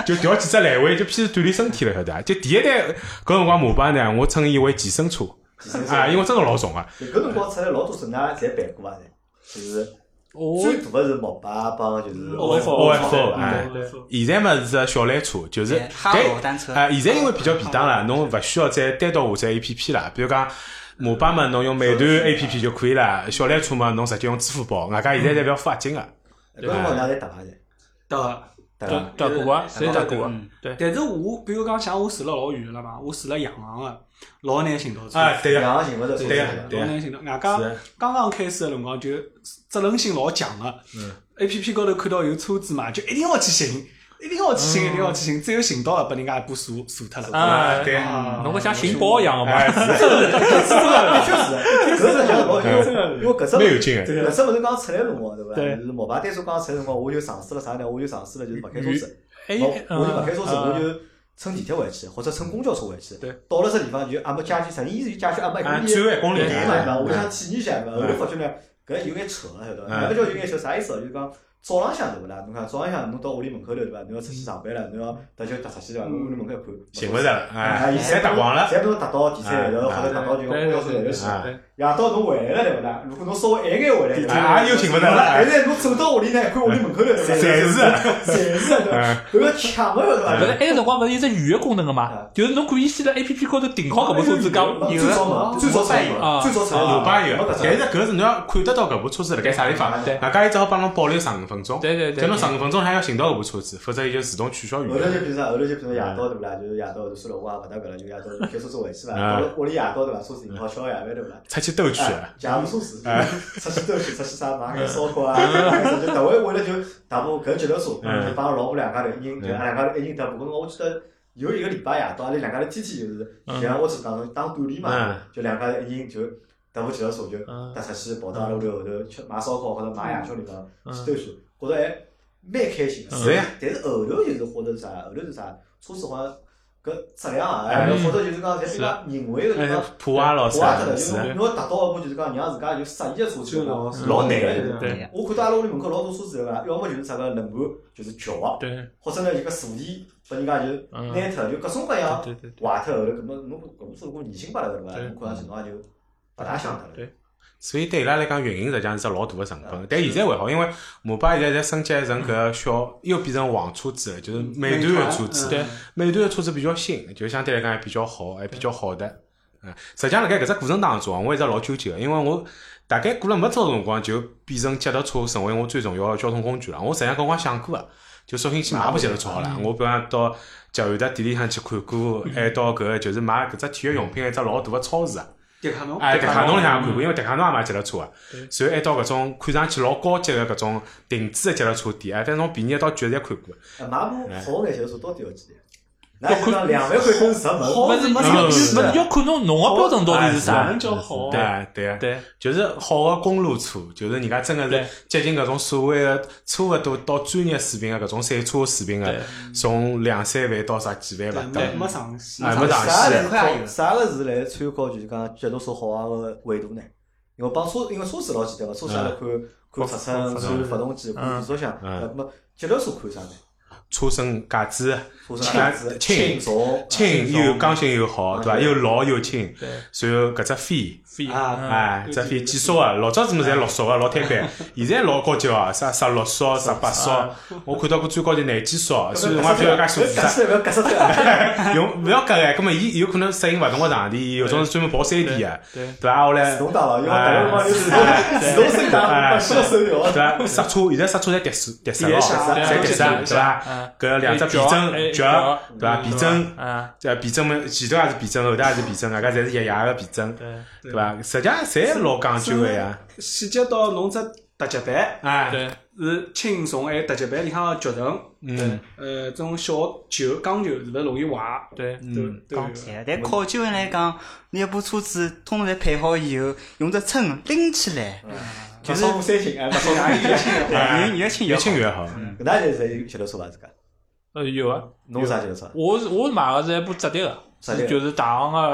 [SPEAKER 2] 就调几只来回，就偏是锻炼身体了，晓得伐？啊就第一代搿辰光摩拜呢，我称伊为健身车啊，因为真个老重啊。
[SPEAKER 1] 搿辰光出来老多车，㑚侪办过伐？就是
[SPEAKER 3] 我
[SPEAKER 1] <laughs> 最大个是摩拜啊帮就是
[SPEAKER 4] OFO
[SPEAKER 2] OFO，哎
[SPEAKER 1] 哎，
[SPEAKER 4] 对对
[SPEAKER 2] 现在嘛是只小缆车，就是
[SPEAKER 5] 对哎嗯哈
[SPEAKER 2] 但
[SPEAKER 5] 罗单车
[SPEAKER 2] 啊，现在因为比较便当了，侬勿需要再单独下载 A P P 了，比如讲。摩拜嘛，侬用美团 A P P 就可以了。小缆车嘛，侬直接用支付宝。外加现在侪勿要付押金个，
[SPEAKER 1] 搿辰
[SPEAKER 2] 啊
[SPEAKER 1] 光㑚侪搭伐啊侪？
[SPEAKER 4] 的。
[SPEAKER 1] 搭
[SPEAKER 3] 搭
[SPEAKER 1] 伐？
[SPEAKER 3] 搭过啊，谁搭过啊？
[SPEAKER 5] 嗯
[SPEAKER 4] 但是我比如讲，像我住了老远了嘛，我住了洋行个，老难寻到车。
[SPEAKER 2] 啊，对个，
[SPEAKER 1] 两个寻勿着车
[SPEAKER 2] 对啊
[SPEAKER 1] 子
[SPEAKER 2] 呀
[SPEAKER 1] 了
[SPEAKER 2] 对
[SPEAKER 4] 老难寻到。外加
[SPEAKER 2] 是啊
[SPEAKER 4] 刚刚开始个辰光，就责任心老强个。A
[SPEAKER 2] 嗯
[SPEAKER 4] P P 高头看到有车子嘛，就一定要去寻，一定要去
[SPEAKER 2] 嗯
[SPEAKER 4] 寻，一定要去寻，只有寻到了，拨人家一把锁锁脱了。
[SPEAKER 3] 啊，
[SPEAKER 2] 对
[SPEAKER 4] 啊
[SPEAKER 3] 侬搿像寻宝一样个嘛，
[SPEAKER 2] 哎，是
[SPEAKER 1] 的确是，搿只就是老因为因为
[SPEAKER 2] <laughs>
[SPEAKER 1] 搿只
[SPEAKER 2] 蛮有劲的
[SPEAKER 1] 搿只勿是刚出来辰光对伐？
[SPEAKER 4] 对
[SPEAKER 1] 就是摩拜单车刚出来辰光，我就尝试了啥呢？我就尝试了就是勿开车子，
[SPEAKER 3] 还有
[SPEAKER 1] 我我就勿开车子，我
[SPEAKER 3] 哎嗯
[SPEAKER 1] 就乘地铁回去，或者乘公交车回去。
[SPEAKER 2] 对，
[SPEAKER 1] 到了这地方就阿没加去，实际意思就加去阿没
[SPEAKER 2] 啊
[SPEAKER 1] 一
[SPEAKER 2] 最后一公里
[SPEAKER 1] 对
[SPEAKER 2] 啊
[SPEAKER 1] 嘛对
[SPEAKER 2] 啊
[SPEAKER 1] 伐？我想体验一下对伐？我就
[SPEAKER 2] 嗯
[SPEAKER 1] 发觉呢，搿有眼扯了，晓得伐？
[SPEAKER 2] 嗯
[SPEAKER 1] 哪个叫有眼扯？啥意思哦？就是讲早浪向对勿啦？侬看早浪向侬到屋里门口头对伐？侬要出去上班了，侬要搭就搭出去对伐？侬屋里门口一看，
[SPEAKER 2] 寻勿着了，
[SPEAKER 1] 啊，
[SPEAKER 2] 哎，侪打光了，
[SPEAKER 1] 侪侬搭到地铁站头，或
[SPEAKER 3] 哎
[SPEAKER 1] 者搭到就讲公交车站头去。
[SPEAKER 2] 啊，
[SPEAKER 1] 夜到侬回来了对勿啦？如果侬稍微晚眼回来对伐，
[SPEAKER 2] 啊，又寻勿着
[SPEAKER 1] 但
[SPEAKER 2] 了，
[SPEAKER 1] 是侬走到屋里呢，看屋里门口头对伐？
[SPEAKER 2] 侪是哎
[SPEAKER 1] 侪是对伐？
[SPEAKER 2] 啊，
[SPEAKER 1] 都要抢个对伐？
[SPEAKER 3] 勿是埃个辰光勿是有只预约功能个嘛
[SPEAKER 1] 嗯？
[SPEAKER 3] 就是侬可以先辣 A P P 高头订好搿部车子，讲
[SPEAKER 1] 最早嘛，最早才有
[SPEAKER 3] 啊
[SPEAKER 1] 最早才
[SPEAKER 2] 啊，
[SPEAKER 1] 有
[SPEAKER 2] 路牌有
[SPEAKER 1] 嗯没搿，
[SPEAKER 2] 但
[SPEAKER 1] 只
[SPEAKER 2] 是搿是侬要看得到搿部车子辣盖啥地方，
[SPEAKER 3] 对
[SPEAKER 2] 外加伊只好帮侬保留十五分钟，
[SPEAKER 3] 对对对
[SPEAKER 2] 等侬十五分钟还要寻到搿部车子，否则伊就自动取消预
[SPEAKER 1] 后头就
[SPEAKER 2] 约。
[SPEAKER 1] 变成啥？后头就变成夜到对勿啦？就是夜到就算了，我也勿搭搿了，就夜到就开车子回去伐？
[SPEAKER 2] 啊
[SPEAKER 1] 到了屋里夜到对伐？车子停好，吃好夜饭对勿啦？
[SPEAKER 2] 出去兜去，
[SPEAKER 1] 哎，假如车子，出去兜去，出去啥买眼烧烤啊，
[SPEAKER 2] 嗯
[SPEAKER 1] 就特为为了就大部搿脚踏车，就帮阿拉老婆两家头，一人就
[SPEAKER 2] 嗯
[SPEAKER 1] 阿拉两家头一人搭部。搿辰光我记得有一个礼拜夜到，阿拉两家头天天就是，像我只当当锻炼嘛
[SPEAKER 2] 嗯，
[SPEAKER 1] 就两家头一人就搭部脚踏车就
[SPEAKER 3] 嗯
[SPEAKER 1] 搭出去，跑到阿拉屋里后头吃买烧烤或者买夜宵地方
[SPEAKER 3] 嗯
[SPEAKER 1] 去兜去，觉着还蛮开心的。
[SPEAKER 2] 嗯是呀
[SPEAKER 1] 但是后头就是或者是啥，后头是啥，车子好像。搿质量啊，
[SPEAKER 2] 哎
[SPEAKER 1] 或者就是讲，侪比较认为个就
[SPEAKER 2] 哎
[SPEAKER 1] 讲，
[SPEAKER 2] 破坏了
[SPEAKER 1] 是
[SPEAKER 2] 啥
[SPEAKER 1] 伐？就是
[SPEAKER 2] 是
[SPEAKER 1] 侬侬要达到一步，就是讲让自家就适意个车子，老
[SPEAKER 4] 嗯
[SPEAKER 1] 老难个
[SPEAKER 4] 对
[SPEAKER 1] 就是。
[SPEAKER 3] 对
[SPEAKER 1] 我看到阿拉屋里门口老多车子对伐？要么就是啥个轮盘就是翘个，
[SPEAKER 3] 对
[SPEAKER 1] 或者呢就搿坐垫拨人家就
[SPEAKER 3] 嗯
[SPEAKER 1] 拿脱，就各种各样
[SPEAKER 3] 对对对，
[SPEAKER 1] 坏脱后头，搿么侬搿部车如果年轻罢了对伐？
[SPEAKER 3] 对
[SPEAKER 1] 侬看上去侬也就勿大想脱了。
[SPEAKER 3] 对
[SPEAKER 2] 所以对伊拉来讲，运营实际上是只老大个成本。但现在还好，因为摩拜现在侪升级成搿小，又变成黄车子了，就是嗯美团嗯个车子。
[SPEAKER 4] 嗯
[SPEAKER 3] 对
[SPEAKER 2] 美团个车子比较新，就相对来讲还比较好，还比较好的。嗯，实际上辣盖搿只过程当中啊，我一直老纠结个，因为我大概过了没多少辰光，就变成脚踏车成为我最重要的交通工具了。啊我实际上搿辰光想过个，就索性去买部脚踏车好了。我比方讲到捷安达店里向去看过，还到搿个就是买搿只体育用品的一只老大个超市啊。
[SPEAKER 4] 迪卡侬，
[SPEAKER 2] 哎，迪卡侬里向也
[SPEAKER 4] 嗯
[SPEAKER 2] 看过，因为迪卡侬也买脚踏车啊。所以还到搿种看上去老高级的搿种定制的脚踏车店，哎，反正从便宜到贵侪看过。
[SPEAKER 1] 哎买部好眼小车到底要几钿？
[SPEAKER 3] <laughs>
[SPEAKER 1] 那就讲两万块跟入门，
[SPEAKER 4] 好
[SPEAKER 3] 是
[SPEAKER 4] 没
[SPEAKER 2] 啥
[SPEAKER 3] 勿
[SPEAKER 2] 意
[SPEAKER 3] 是
[SPEAKER 2] 思
[SPEAKER 3] 勿是要看侬侬个标准到底是
[SPEAKER 4] 哪
[SPEAKER 3] 啥
[SPEAKER 4] 能？叫好？
[SPEAKER 2] 哎对啊对啊，
[SPEAKER 3] 对
[SPEAKER 2] 就是好的公路车，就是人家真的
[SPEAKER 3] 对
[SPEAKER 2] 是接近搿种所谓的差勿多到专业水平的搿种赛车水平
[SPEAKER 3] 对
[SPEAKER 2] 的，从两三万到啥几万
[SPEAKER 4] 对，
[SPEAKER 2] 勿等。
[SPEAKER 4] 没没上线，
[SPEAKER 2] 哎没上
[SPEAKER 5] 啊
[SPEAKER 1] 啥
[SPEAKER 2] 线
[SPEAKER 1] 人靠啥个是来参考就是讲脚踏车好坏个维度呢？因为帮车，因为车子老简单个，车子阿拉看看尺寸、看发动机、看变速箱，
[SPEAKER 2] 嗯
[SPEAKER 1] 那么脚踏车看啥呢？
[SPEAKER 2] 车身架子
[SPEAKER 1] 车身架子啊
[SPEAKER 2] 轻
[SPEAKER 1] 重、
[SPEAKER 2] 轻又刚性又好，
[SPEAKER 1] 嗯
[SPEAKER 2] 对伐？又老又轻，
[SPEAKER 3] 对，
[SPEAKER 2] 然后搿只飞。
[SPEAKER 3] 飞
[SPEAKER 4] 啊
[SPEAKER 2] 哎，
[SPEAKER 4] 对
[SPEAKER 2] 这
[SPEAKER 4] 对
[SPEAKER 2] 飞
[SPEAKER 4] 对
[SPEAKER 2] 几速啊，老早子么侪六速啊，老摊
[SPEAKER 3] <laughs>
[SPEAKER 2] 板。现在老高级哦，啥十六速、十八速，
[SPEAKER 3] 啊
[SPEAKER 2] 我看到过最高级廿几速，啊
[SPEAKER 3] <laughs>
[SPEAKER 2] 所以我也不晓得介数字
[SPEAKER 1] 夹
[SPEAKER 2] 啊。
[SPEAKER 1] 死不要夹死脱。
[SPEAKER 2] 用勿要夹哎，葛末伊有可能适应勿同个场地，有种是专门跑山地个，
[SPEAKER 3] 对
[SPEAKER 2] 对伐？后来
[SPEAKER 1] 自动挡了，因为打
[SPEAKER 2] 哎
[SPEAKER 1] 个辰光就自动 <laughs> 自动啊升档，不需要手摇。
[SPEAKER 2] 对伐？刹车现在刹车侪碟式碟式
[SPEAKER 1] 碟
[SPEAKER 2] 了，
[SPEAKER 1] 式啊
[SPEAKER 2] 侪碟式啊，对伐
[SPEAKER 3] 嗯？
[SPEAKER 2] 搿两只避震
[SPEAKER 3] 哎
[SPEAKER 2] 脚
[SPEAKER 3] 脚，
[SPEAKER 2] 对伐？
[SPEAKER 3] 嗯
[SPEAKER 2] 避震，
[SPEAKER 3] 啊，
[SPEAKER 2] 这避震么前头也是避震，后头也是避震，外加侪是液压个避震，
[SPEAKER 3] 对
[SPEAKER 2] 对伐？实际上侪老讲究个呀，
[SPEAKER 4] 细节到侬只特级版
[SPEAKER 2] 哎，
[SPEAKER 3] 对
[SPEAKER 4] 是轻重，还有特级版里向个轴承，
[SPEAKER 2] 嗯，
[SPEAKER 4] 呃，这种小球钢球是勿是容易坏？
[SPEAKER 3] 对
[SPEAKER 4] 都
[SPEAKER 2] 嗯
[SPEAKER 4] 都有
[SPEAKER 5] 钢铁，但考究来讲，那部车子通常配好以后，用只撑拎起来，
[SPEAKER 1] 就是三星，啊哎，勿送哪里？
[SPEAKER 2] 哎
[SPEAKER 5] 越越轻
[SPEAKER 2] 越
[SPEAKER 5] 越
[SPEAKER 2] 轻
[SPEAKER 5] 好。
[SPEAKER 2] 越好。
[SPEAKER 3] 嗯
[SPEAKER 1] 搿哪就是有脚踏车伐？自家
[SPEAKER 3] 呃有啊，
[SPEAKER 1] 侬啥脚踏车？
[SPEAKER 3] 我是我是买个是一部折叠个，
[SPEAKER 1] 折叠
[SPEAKER 3] 是就是大行
[SPEAKER 2] 嗯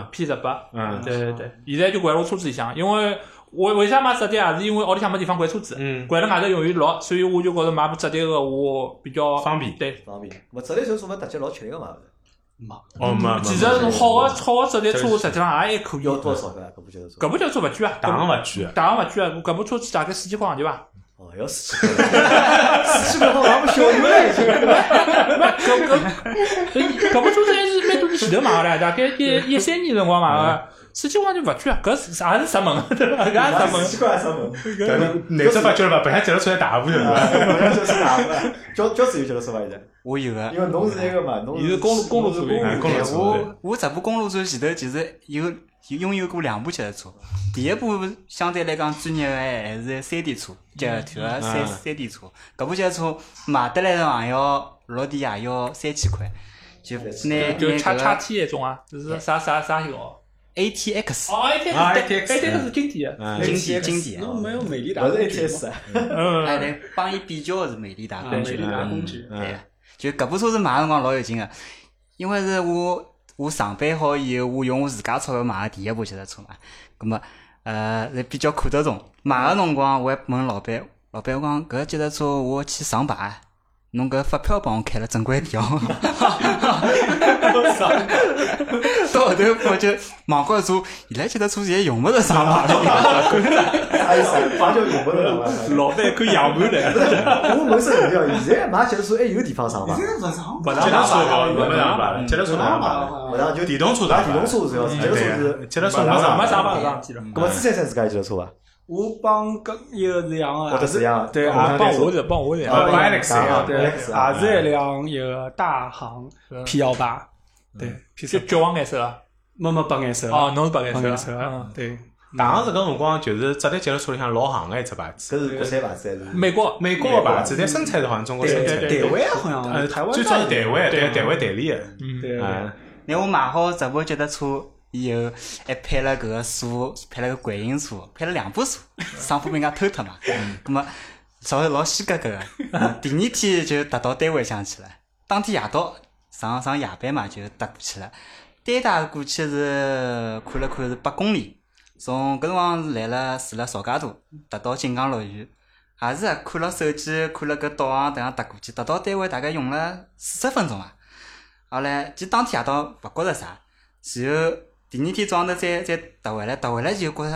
[SPEAKER 3] 个 P 十八，
[SPEAKER 2] 嗯
[SPEAKER 3] 对对对，现在就掼我车子里向，因为我为啥买折叠也是因为屋里向没地方掼车子，
[SPEAKER 2] 嗯
[SPEAKER 3] 掼了外头容易落，所以我就觉着买部折叠个我比较
[SPEAKER 2] 方便
[SPEAKER 3] 对，
[SPEAKER 1] 方便。我折叠小车勿搭脚老吃力个嘛？
[SPEAKER 2] 哦，没，
[SPEAKER 3] 其实好个好个折叠车
[SPEAKER 2] 这个
[SPEAKER 3] 实际上也还可以，
[SPEAKER 1] 要多少个啊搿部脚踏车？
[SPEAKER 3] 搿部轿车勿贵啊，
[SPEAKER 2] 打上勿贵，
[SPEAKER 3] 大行勿贵啊，搿部车子大概四千块行钿伐？
[SPEAKER 1] 哦，要四千块，四千块好像不小油了已经。
[SPEAKER 3] 搿搿搿部车子还是蛮多年前头买个唻，大概一一三年辰光买个，四千块就勿贵啊，搿是也是入门，对伐？搿也是入门
[SPEAKER 1] 四。千块还入门？
[SPEAKER 2] 但是难只发觉了吧？本来脚踏车来大部分
[SPEAKER 1] 啊
[SPEAKER 2] 嘛，，
[SPEAKER 1] 好像就是哪个？交交自由就是吧？现在，
[SPEAKER 5] 我有个，
[SPEAKER 1] 因为侬是那个嘛，侬
[SPEAKER 3] 你是公路公路
[SPEAKER 1] 是
[SPEAKER 3] 主义
[SPEAKER 1] 公
[SPEAKER 2] 哎
[SPEAKER 1] 路
[SPEAKER 2] 公路
[SPEAKER 5] 但
[SPEAKER 2] 车
[SPEAKER 5] 我我这部公路车前头其实有有拥有过两部脚踏车，第一部相对来讲专业的还是山地车，脚踏车山山地车。搿部脚踏车买得来的朋友落地也要三千块，就拿拿
[SPEAKER 3] 就叉叉
[SPEAKER 5] 搿
[SPEAKER 3] T 那种啊，就是啥啥啥有哦。
[SPEAKER 5] A T X
[SPEAKER 3] 哦，A T
[SPEAKER 2] 啊
[SPEAKER 3] A T
[SPEAKER 2] ATX
[SPEAKER 3] X 是经典的，
[SPEAKER 2] 嗯
[SPEAKER 5] 经典经典，
[SPEAKER 4] 侬没有美丽达
[SPEAKER 1] 勿是
[SPEAKER 4] 工具吗
[SPEAKER 1] ATS 啊，
[SPEAKER 5] 哎，
[SPEAKER 3] 嗯，
[SPEAKER 5] 来帮伊比较是美利达
[SPEAKER 4] 啊，
[SPEAKER 5] 工
[SPEAKER 4] 美
[SPEAKER 5] 具
[SPEAKER 4] 丽达工具，
[SPEAKER 5] 对
[SPEAKER 2] 嗯，
[SPEAKER 5] 个。就搿部车子买个辰光老有劲个，因为是我我上班好以后，我用我自家钞票买个第一部脚踏车嘛，葛末呃是比较看得重。买个辰光我还问老板，老板我讲搿脚踏车我要去上牌，侬搿发票帮我开了正规点哦。到后头我就网高做，现在脚踏车现在用勿着上牌了。
[SPEAKER 1] 还有啥？反正用不着了嘛。
[SPEAKER 4] 老板看养满了，
[SPEAKER 1] 我问是问题，现在买脚踏车还有地方上伐？
[SPEAKER 5] 勿上
[SPEAKER 2] 脚踏车勿勿上牌了，脚踏车勿上牌了。
[SPEAKER 1] 勿上就
[SPEAKER 2] 电动车
[SPEAKER 1] 打
[SPEAKER 2] 上
[SPEAKER 1] 电动
[SPEAKER 2] 牌
[SPEAKER 1] 车是要，脚踏车
[SPEAKER 2] 对
[SPEAKER 1] 是
[SPEAKER 2] 啊脚踏车
[SPEAKER 1] 没
[SPEAKER 2] 没
[SPEAKER 1] 上
[SPEAKER 2] 上
[SPEAKER 1] 牌
[SPEAKER 2] 没
[SPEAKER 3] 上
[SPEAKER 2] 牌
[SPEAKER 3] 了
[SPEAKER 1] 那么朱三三自家有脚踏车伐？
[SPEAKER 4] 我帮搿有一辆
[SPEAKER 1] 或
[SPEAKER 4] 个，
[SPEAKER 1] 者是一样
[SPEAKER 4] 对，也
[SPEAKER 1] 我们
[SPEAKER 4] 帮
[SPEAKER 3] 帮我的，帮我的，
[SPEAKER 2] 呃帮 Alex
[SPEAKER 1] 啊
[SPEAKER 2] 啊
[SPEAKER 4] 对，也
[SPEAKER 1] ，Alex 啊
[SPEAKER 4] 是一辆一个大行 P 幺八，对，P
[SPEAKER 3] 就
[SPEAKER 4] 三，
[SPEAKER 3] 橘黄颜色啊，
[SPEAKER 4] 没没白颜色，
[SPEAKER 3] 哦，侬是白
[SPEAKER 4] 白
[SPEAKER 3] 颜
[SPEAKER 4] 颜
[SPEAKER 3] 色
[SPEAKER 4] 色
[SPEAKER 3] 的，
[SPEAKER 4] 啊
[SPEAKER 3] 嗯，，
[SPEAKER 4] 对，
[SPEAKER 2] 大行是搿辰光就是只在脚踏车里向老行个一只牌子，
[SPEAKER 1] 搿是国产牌子还是？
[SPEAKER 3] 美国
[SPEAKER 2] 美国个牌子，但生产是好像中国生
[SPEAKER 4] 对
[SPEAKER 2] 产
[SPEAKER 4] 对对，
[SPEAKER 2] 的，
[SPEAKER 4] 台湾好像，
[SPEAKER 2] 呃，
[SPEAKER 4] 台湾
[SPEAKER 2] 最早是台湾，
[SPEAKER 3] 对
[SPEAKER 2] 对台湾代理个，
[SPEAKER 4] 对，
[SPEAKER 2] 嗯，
[SPEAKER 5] 那我买好这部脚踏车以后，还配了搿个锁，配了个观音锁，配了两把锁，上铺被人家偷脱嘛。咁么，稍微老稀格格个。第二天就踏到单位向去了，当天夜到上上夜班嘛，就踏过去了。单带过去是看了看是八公里，从搿辰光来了住了曹家渡，踏到锦江乐园。也是啊看了手机，看了搿啊导航，迭样踏过去，踏到单位大概用了四十分钟啊。后来就当天夜到勿觉着啥，然后第二天早上头再再踏回来，踏回来就觉着，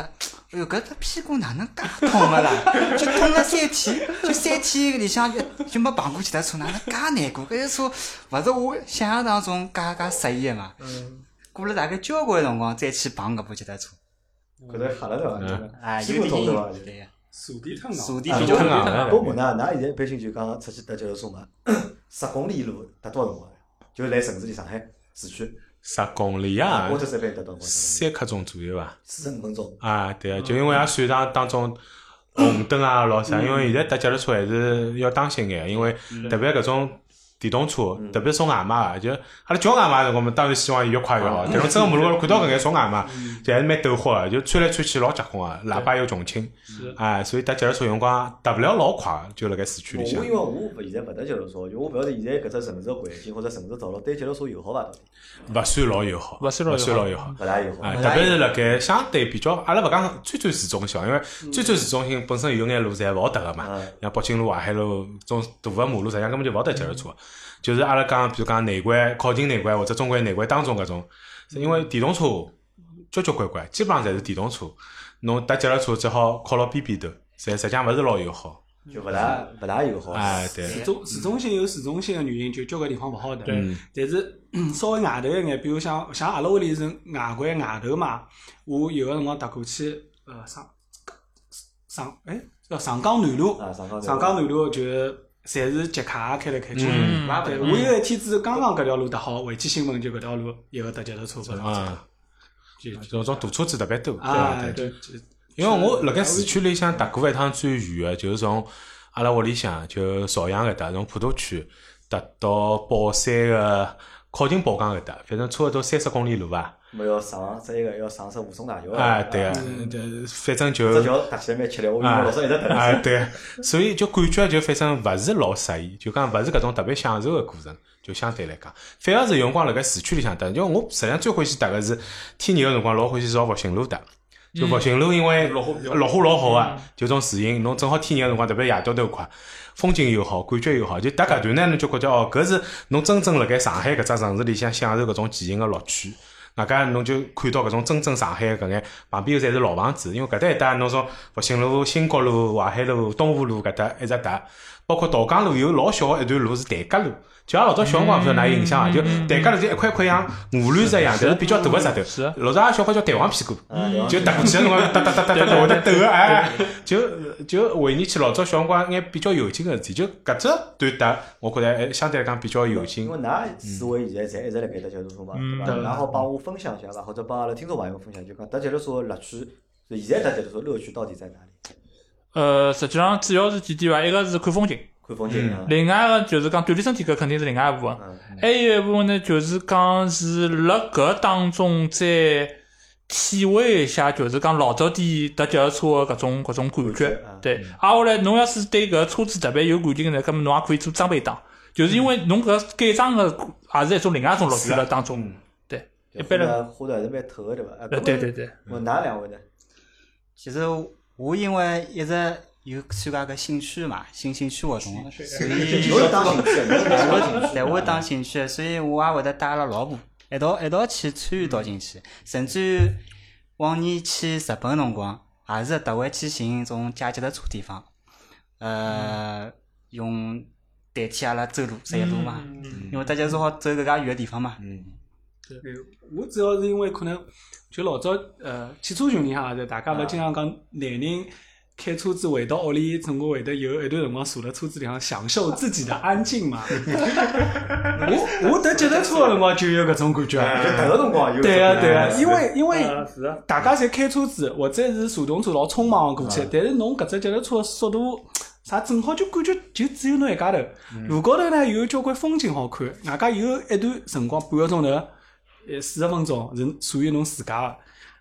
[SPEAKER 5] 哎哟，搿只屁股哪能介痛个啦？就痛了三天，就三天里向就就没碰过其他车，哪能介难过？搿些车勿是我想象当中介介适意个嘛。过了大概交关辰光再去碰搿部脚踏车，
[SPEAKER 1] 搿头吓了对伐真的？
[SPEAKER 5] 啊，
[SPEAKER 1] 屁
[SPEAKER 5] 有
[SPEAKER 1] 股
[SPEAKER 5] 点
[SPEAKER 1] 痛对伐
[SPEAKER 5] 阴影，？对个，
[SPEAKER 4] 坐地摊
[SPEAKER 5] 坐地
[SPEAKER 1] 啊
[SPEAKER 5] 比较
[SPEAKER 1] 我
[SPEAKER 2] 疼
[SPEAKER 5] 硬。
[SPEAKER 2] 啊
[SPEAKER 1] 我问㑚，㑚现在一般性就讲出去搭脚踏车嘛，十公里路搭多少辰光？啊就来城市里上海市区，
[SPEAKER 2] 十公里啊
[SPEAKER 1] 我，这这边搭多少辰光？
[SPEAKER 2] 三刻钟左右伐？
[SPEAKER 1] 四十五分钟。
[SPEAKER 2] 啊，对
[SPEAKER 3] 嗯
[SPEAKER 2] 啊，就因为也算上当中红灯啊老
[SPEAKER 3] 嗯
[SPEAKER 2] 啥，因为现在搭脚踏车还是要当心眼，因为特别搿种电动车，
[SPEAKER 3] 嗯
[SPEAKER 2] 特别送外卖啊，就阿拉叫外卖的辰光嘛，当然希望伊越快越
[SPEAKER 3] 啊
[SPEAKER 2] 好。但是真个马路高头看到搿眼送外卖，
[SPEAKER 3] 嗯
[SPEAKER 2] 就还是蛮抖豁个，啊就窜来窜去老结棍个，喇叭又重轻，啊，所以搭脚踏车用光搭勿了老快，就辣盖市区
[SPEAKER 1] 我
[SPEAKER 2] 里向
[SPEAKER 1] 因为。我勿现在勿搭脚踏车，就我勿晓得现在搿只城市环境或者城市道路对脚踏车友好伐？到底
[SPEAKER 2] 勿算老友好，
[SPEAKER 3] 勿
[SPEAKER 2] 勿
[SPEAKER 3] 算老友好嗯
[SPEAKER 2] 算老友好。
[SPEAKER 1] 勿大友好。
[SPEAKER 2] 啊，特别是辣盖相对比较，阿拉勿讲最最市中心，因为最最市中心本身有眼路是侪勿好搭个嘛
[SPEAKER 1] 嗯，
[SPEAKER 2] 像北京路、淮海路种大个马路，实际上根本就勿好搭脚踏车。就是阿拉讲，比如讲内环靠近内环或者中环内环当中搿种，是因为电动车交交关关，基本上侪是电动车，侬搭脚踏车只好靠牢边边头，实实际上勿是老友好。
[SPEAKER 1] 就勿大勿大友好。
[SPEAKER 2] 哎，对，
[SPEAKER 4] 市中市中心有市中心的原因，就交关地方勿好的。
[SPEAKER 2] 嗯
[SPEAKER 4] 但是稍微外头一眼，比如像像阿拉屋里是外环外头嘛，我有个辰光踏过去，呃，上上哎叫上江南路，
[SPEAKER 1] 啊，上江
[SPEAKER 4] 上江南路就是侪是集卡开来开去。
[SPEAKER 2] 嗯
[SPEAKER 4] 对，我有一天子刚刚搿条路搭好，回去新闻就搿条路一个搭脚踏车不上
[SPEAKER 2] 啊，
[SPEAKER 4] 就就
[SPEAKER 2] 种种大车子特别多。对伐
[SPEAKER 4] 啊
[SPEAKER 2] 对。
[SPEAKER 4] 对，
[SPEAKER 2] 因为我辣盖市区里向踏过一趟最远个，就是从阿拉屋里向就朝阳搿搭，从普陀区踏到宝山个靠近宝江搿搭，反正差不多三十公里路伐。
[SPEAKER 1] 没要上这一个要上只武松大桥。
[SPEAKER 2] 啊，对个，呃反
[SPEAKER 1] 这
[SPEAKER 2] 正就
[SPEAKER 1] 桥搭起来蛮吃力，我因为
[SPEAKER 2] 啊
[SPEAKER 1] 老早一直
[SPEAKER 2] <laughs>
[SPEAKER 1] 等。
[SPEAKER 2] 啊，对，所以就感觉就反正勿是老适意，就讲勿是搿种特别享受个过程，就相对来讲，反而是有辰光辣盖市区里向搭，因为我实际上最欢喜搭个是天热个辰光，老欢喜朝复兴路搭。就复兴路，因为绿化绿化嗯老好啊，就种树荫，侬正好天热个辰光，特别夜到头快，风景又好，感觉又好，就搭搿段呢，侬就觉着哦，搿是侬真正辣盖上海搿只城市里向享受搿种骑行个乐趣。外加侬就看到搿种真正上海搿眼旁边侪是老房子，因为搿搭一带侬从复兴路、呃新国路、啊淮海路、东湖路搿搭一直搭，包括桃江路有老小个一段路是台阶路，就阿拉老早小辰光勿晓得㑚有印象伐？就嗯台阶路就一块块像鹅卵石一样，但是比较大个石
[SPEAKER 3] 是
[SPEAKER 2] 头
[SPEAKER 3] 啊。
[SPEAKER 2] 老早阿拉小块叫弹簧屁股，
[SPEAKER 1] 啊对吧
[SPEAKER 2] 就踏过去个辰光，哒哒哒哒哒哒，会得抖个，哎，就就回忆起老早小辰光眼比较有劲个事体，就搿只段搭，我觉着还相对来讲比较有劲
[SPEAKER 1] 因。为㑚四位现在侪一直辣盖搭脚踏车嘛，对伐？
[SPEAKER 3] 嗯
[SPEAKER 1] 然后帮我分享一下伐，或者帮阿拉听众朋友分享，就讲搭脚踏车的乐趣，就现在搭脚踏车乐趣到底在哪里？
[SPEAKER 3] 呃，实际上主要是几点伐？一个是看风景，
[SPEAKER 1] 看风景啊，
[SPEAKER 3] 另外个就是讲锻炼身体，搿肯定是另外一部分。
[SPEAKER 1] 嗯，
[SPEAKER 3] 还有一部分呢，就是讲是辣搿当中再体会一下，就是讲老早点搭脚踏车的搿种搿种感
[SPEAKER 1] 感
[SPEAKER 3] 觉
[SPEAKER 1] 觉啊。
[SPEAKER 3] 对，挨下来侬要是对搿车子特别有感情呢，葛末侬也可以做装备党。就是因为侬搿改装个也是一种另外一种乐趣了当中。一般人
[SPEAKER 1] 花的还是蛮透的，对伐？啊
[SPEAKER 3] 呃，对对。对，
[SPEAKER 1] 我哪两位呢？
[SPEAKER 5] 其实我因为一直有参加个兴趣嘛，新兴趣活动，所以
[SPEAKER 1] 侬是当兴趣，侬是当兴趣
[SPEAKER 5] 对我当兴趣，所以我也会得带阿拉老婆一道一道去参与到进去，甚至于往年去日本辰光，也是特为去寻种借脚踏车地方，呃，用代替阿拉走路这一路嘛，
[SPEAKER 2] 嗯
[SPEAKER 5] 因为大家说好走搿介远个地方嘛，
[SPEAKER 4] 对，我主要是因为可能就老早呃汽车群里向也是，大家勿经常讲男人开车子回到屋里，总归会得有一段辰光坐辣车子里向享受自己的安静嘛。 <laughs> 我我得脚踏车个辰光就有搿种感觉。啊
[SPEAKER 1] 就迭个辰光有。
[SPEAKER 4] <laughs> 对
[SPEAKER 1] 呀
[SPEAKER 2] <laughs>
[SPEAKER 4] 啊，对啊，因为因为
[SPEAKER 6] 是啊，
[SPEAKER 4] 大家侪开车子或者是传动车老匆忙过
[SPEAKER 2] 啊
[SPEAKER 4] 去，但是侬搿只脚踏车的速度啥正好就感觉就只有侬一家头。
[SPEAKER 2] 嗯
[SPEAKER 4] 路高头呢有交关风景好看，外加有一段辰光半个钟头，呃四十分钟是属于侬自家的，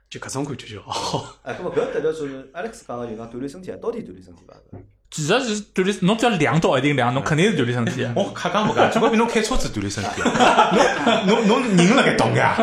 [SPEAKER 4] 就搿种感觉就好。
[SPEAKER 1] 哎，那么搿搭条说明 Alex 讲个就讲锻炼身体啊，到底锻炼身体伐？
[SPEAKER 3] 其实是锻炼，侬只要量到一定量，侬肯定是锻炼身体的。
[SPEAKER 2] 我瞎讲勿讲，总归比侬开车子锻炼身体啊。侬侬侬人辣盖动呀，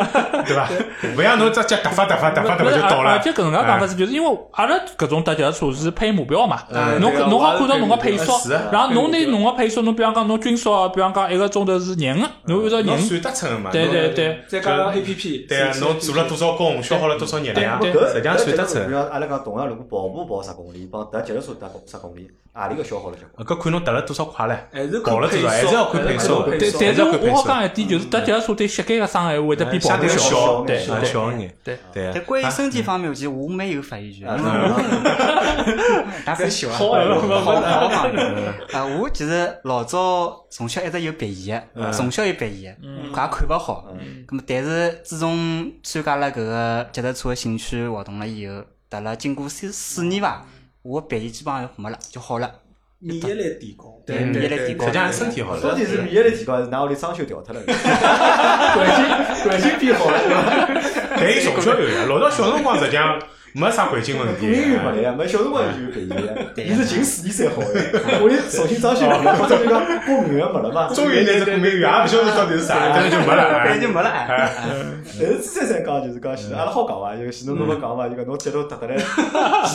[SPEAKER 2] 对伐？勿像侬只脚踏伐踏伐踏伐踏伐就
[SPEAKER 3] 而
[SPEAKER 2] 到
[SPEAKER 3] 而
[SPEAKER 2] 了哎
[SPEAKER 3] 且。搿能介讲法是，就是因为阿拉搿种搭脚踏车是配目标嘛，
[SPEAKER 2] 嗯
[SPEAKER 3] 侬
[SPEAKER 2] 对啊
[SPEAKER 3] 侬
[SPEAKER 2] 我也
[SPEAKER 3] 好看
[SPEAKER 2] 是
[SPEAKER 3] 到
[SPEAKER 2] 配
[SPEAKER 3] 侬
[SPEAKER 2] 目
[SPEAKER 3] 个
[SPEAKER 2] 标
[SPEAKER 3] 配速
[SPEAKER 2] 是啊，
[SPEAKER 3] 然后侬拿
[SPEAKER 2] 配目标
[SPEAKER 3] 侬个配速，侬比方讲侬均速啊，比方讲一个钟头是廿个，侬按照
[SPEAKER 2] 侬
[SPEAKER 3] 廿，
[SPEAKER 2] 算得出个嘛？
[SPEAKER 3] 对
[SPEAKER 2] 侬
[SPEAKER 3] 对
[SPEAKER 4] <laughs>
[SPEAKER 3] 对。
[SPEAKER 4] 再加上 A P P，
[SPEAKER 2] 对啊，侬做了多少功，消耗了多少热量，
[SPEAKER 3] 对
[SPEAKER 2] 实际上算得
[SPEAKER 1] 得
[SPEAKER 2] 出
[SPEAKER 1] 比
[SPEAKER 2] 来。
[SPEAKER 1] 方阿拉讲同样，如果跑步跑十公里，帮踏脚踏车踏十公里，何里个消耗了结棍？
[SPEAKER 2] 搿看侬踏了多少快唻，
[SPEAKER 4] 还哎是
[SPEAKER 2] 跑了多少，还是要看
[SPEAKER 4] 哎
[SPEAKER 2] 配速的。
[SPEAKER 3] 对，
[SPEAKER 4] 少
[SPEAKER 3] 但是
[SPEAKER 2] 还
[SPEAKER 3] 我
[SPEAKER 2] 是要看
[SPEAKER 3] 我好
[SPEAKER 2] 配速
[SPEAKER 3] 讲一点，就是搭脚踏车对膝盖个伤害会得比跑
[SPEAKER 2] 相
[SPEAKER 3] 步
[SPEAKER 2] 对
[SPEAKER 1] 要
[SPEAKER 3] 小。
[SPEAKER 2] 小，
[SPEAKER 1] 对
[SPEAKER 2] 啊
[SPEAKER 3] 对
[SPEAKER 2] 小一眼。
[SPEAKER 3] 对
[SPEAKER 2] 对啊
[SPEAKER 5] 但关于身体方面，我其实我没有发言权，
[SPEAKER 1] 啊
[SPEAKER 5] 因为我大家小啊，
[SPEAKER 4] 好哎
[SPEAKER 5] 好好好方面。啊，我其实老早从小一直有鼻炎的，从小有鼻炎，也看勿好。咁么，但是自从参加了搿个脚踏车的兴趣活动了以后，得了经过四四年伐，我鼻炎基本上就没了，就好了，
[SPEAKER 4] 免疫力提高，
[SPEAKER 5] 对免疫力提高
[SPEAKER 2] 实际。上身体好
[SPEAKER 1] 到
[SPEAKER 2] 了。
[SPEAKER 1] 底是免疫力提高，还是㑚屋里装修掉脱了？
[SPEAKER 4] 环境变好了，
[SPEAKER 2] 但伊从小有呀，老早小辰光实际上没啥环境问
[SPEAKER 1] 英语
[SPEAKER 2] 题。
[SPEAKER 1] <laughs> 没来呀，没小辰光就有鼻炎，你是近四年才好呀。屋里重新装修掉，或者就讲过敏源没了嘛。
[SPEAKER 2] 终于拿只过敏源，也勿晓得到底是啥，但啊是就没
[SPEAKER 5] <laughs>
[SPEAKER 2] 了。
[SPEAKER 5] 鼻炎就没了。哎
[SPEAKER 1] 但是之前才讲就是讲，其实阿拉好讲伐，就是其实侬侬讲伐，就讲侬脚头踏得来，前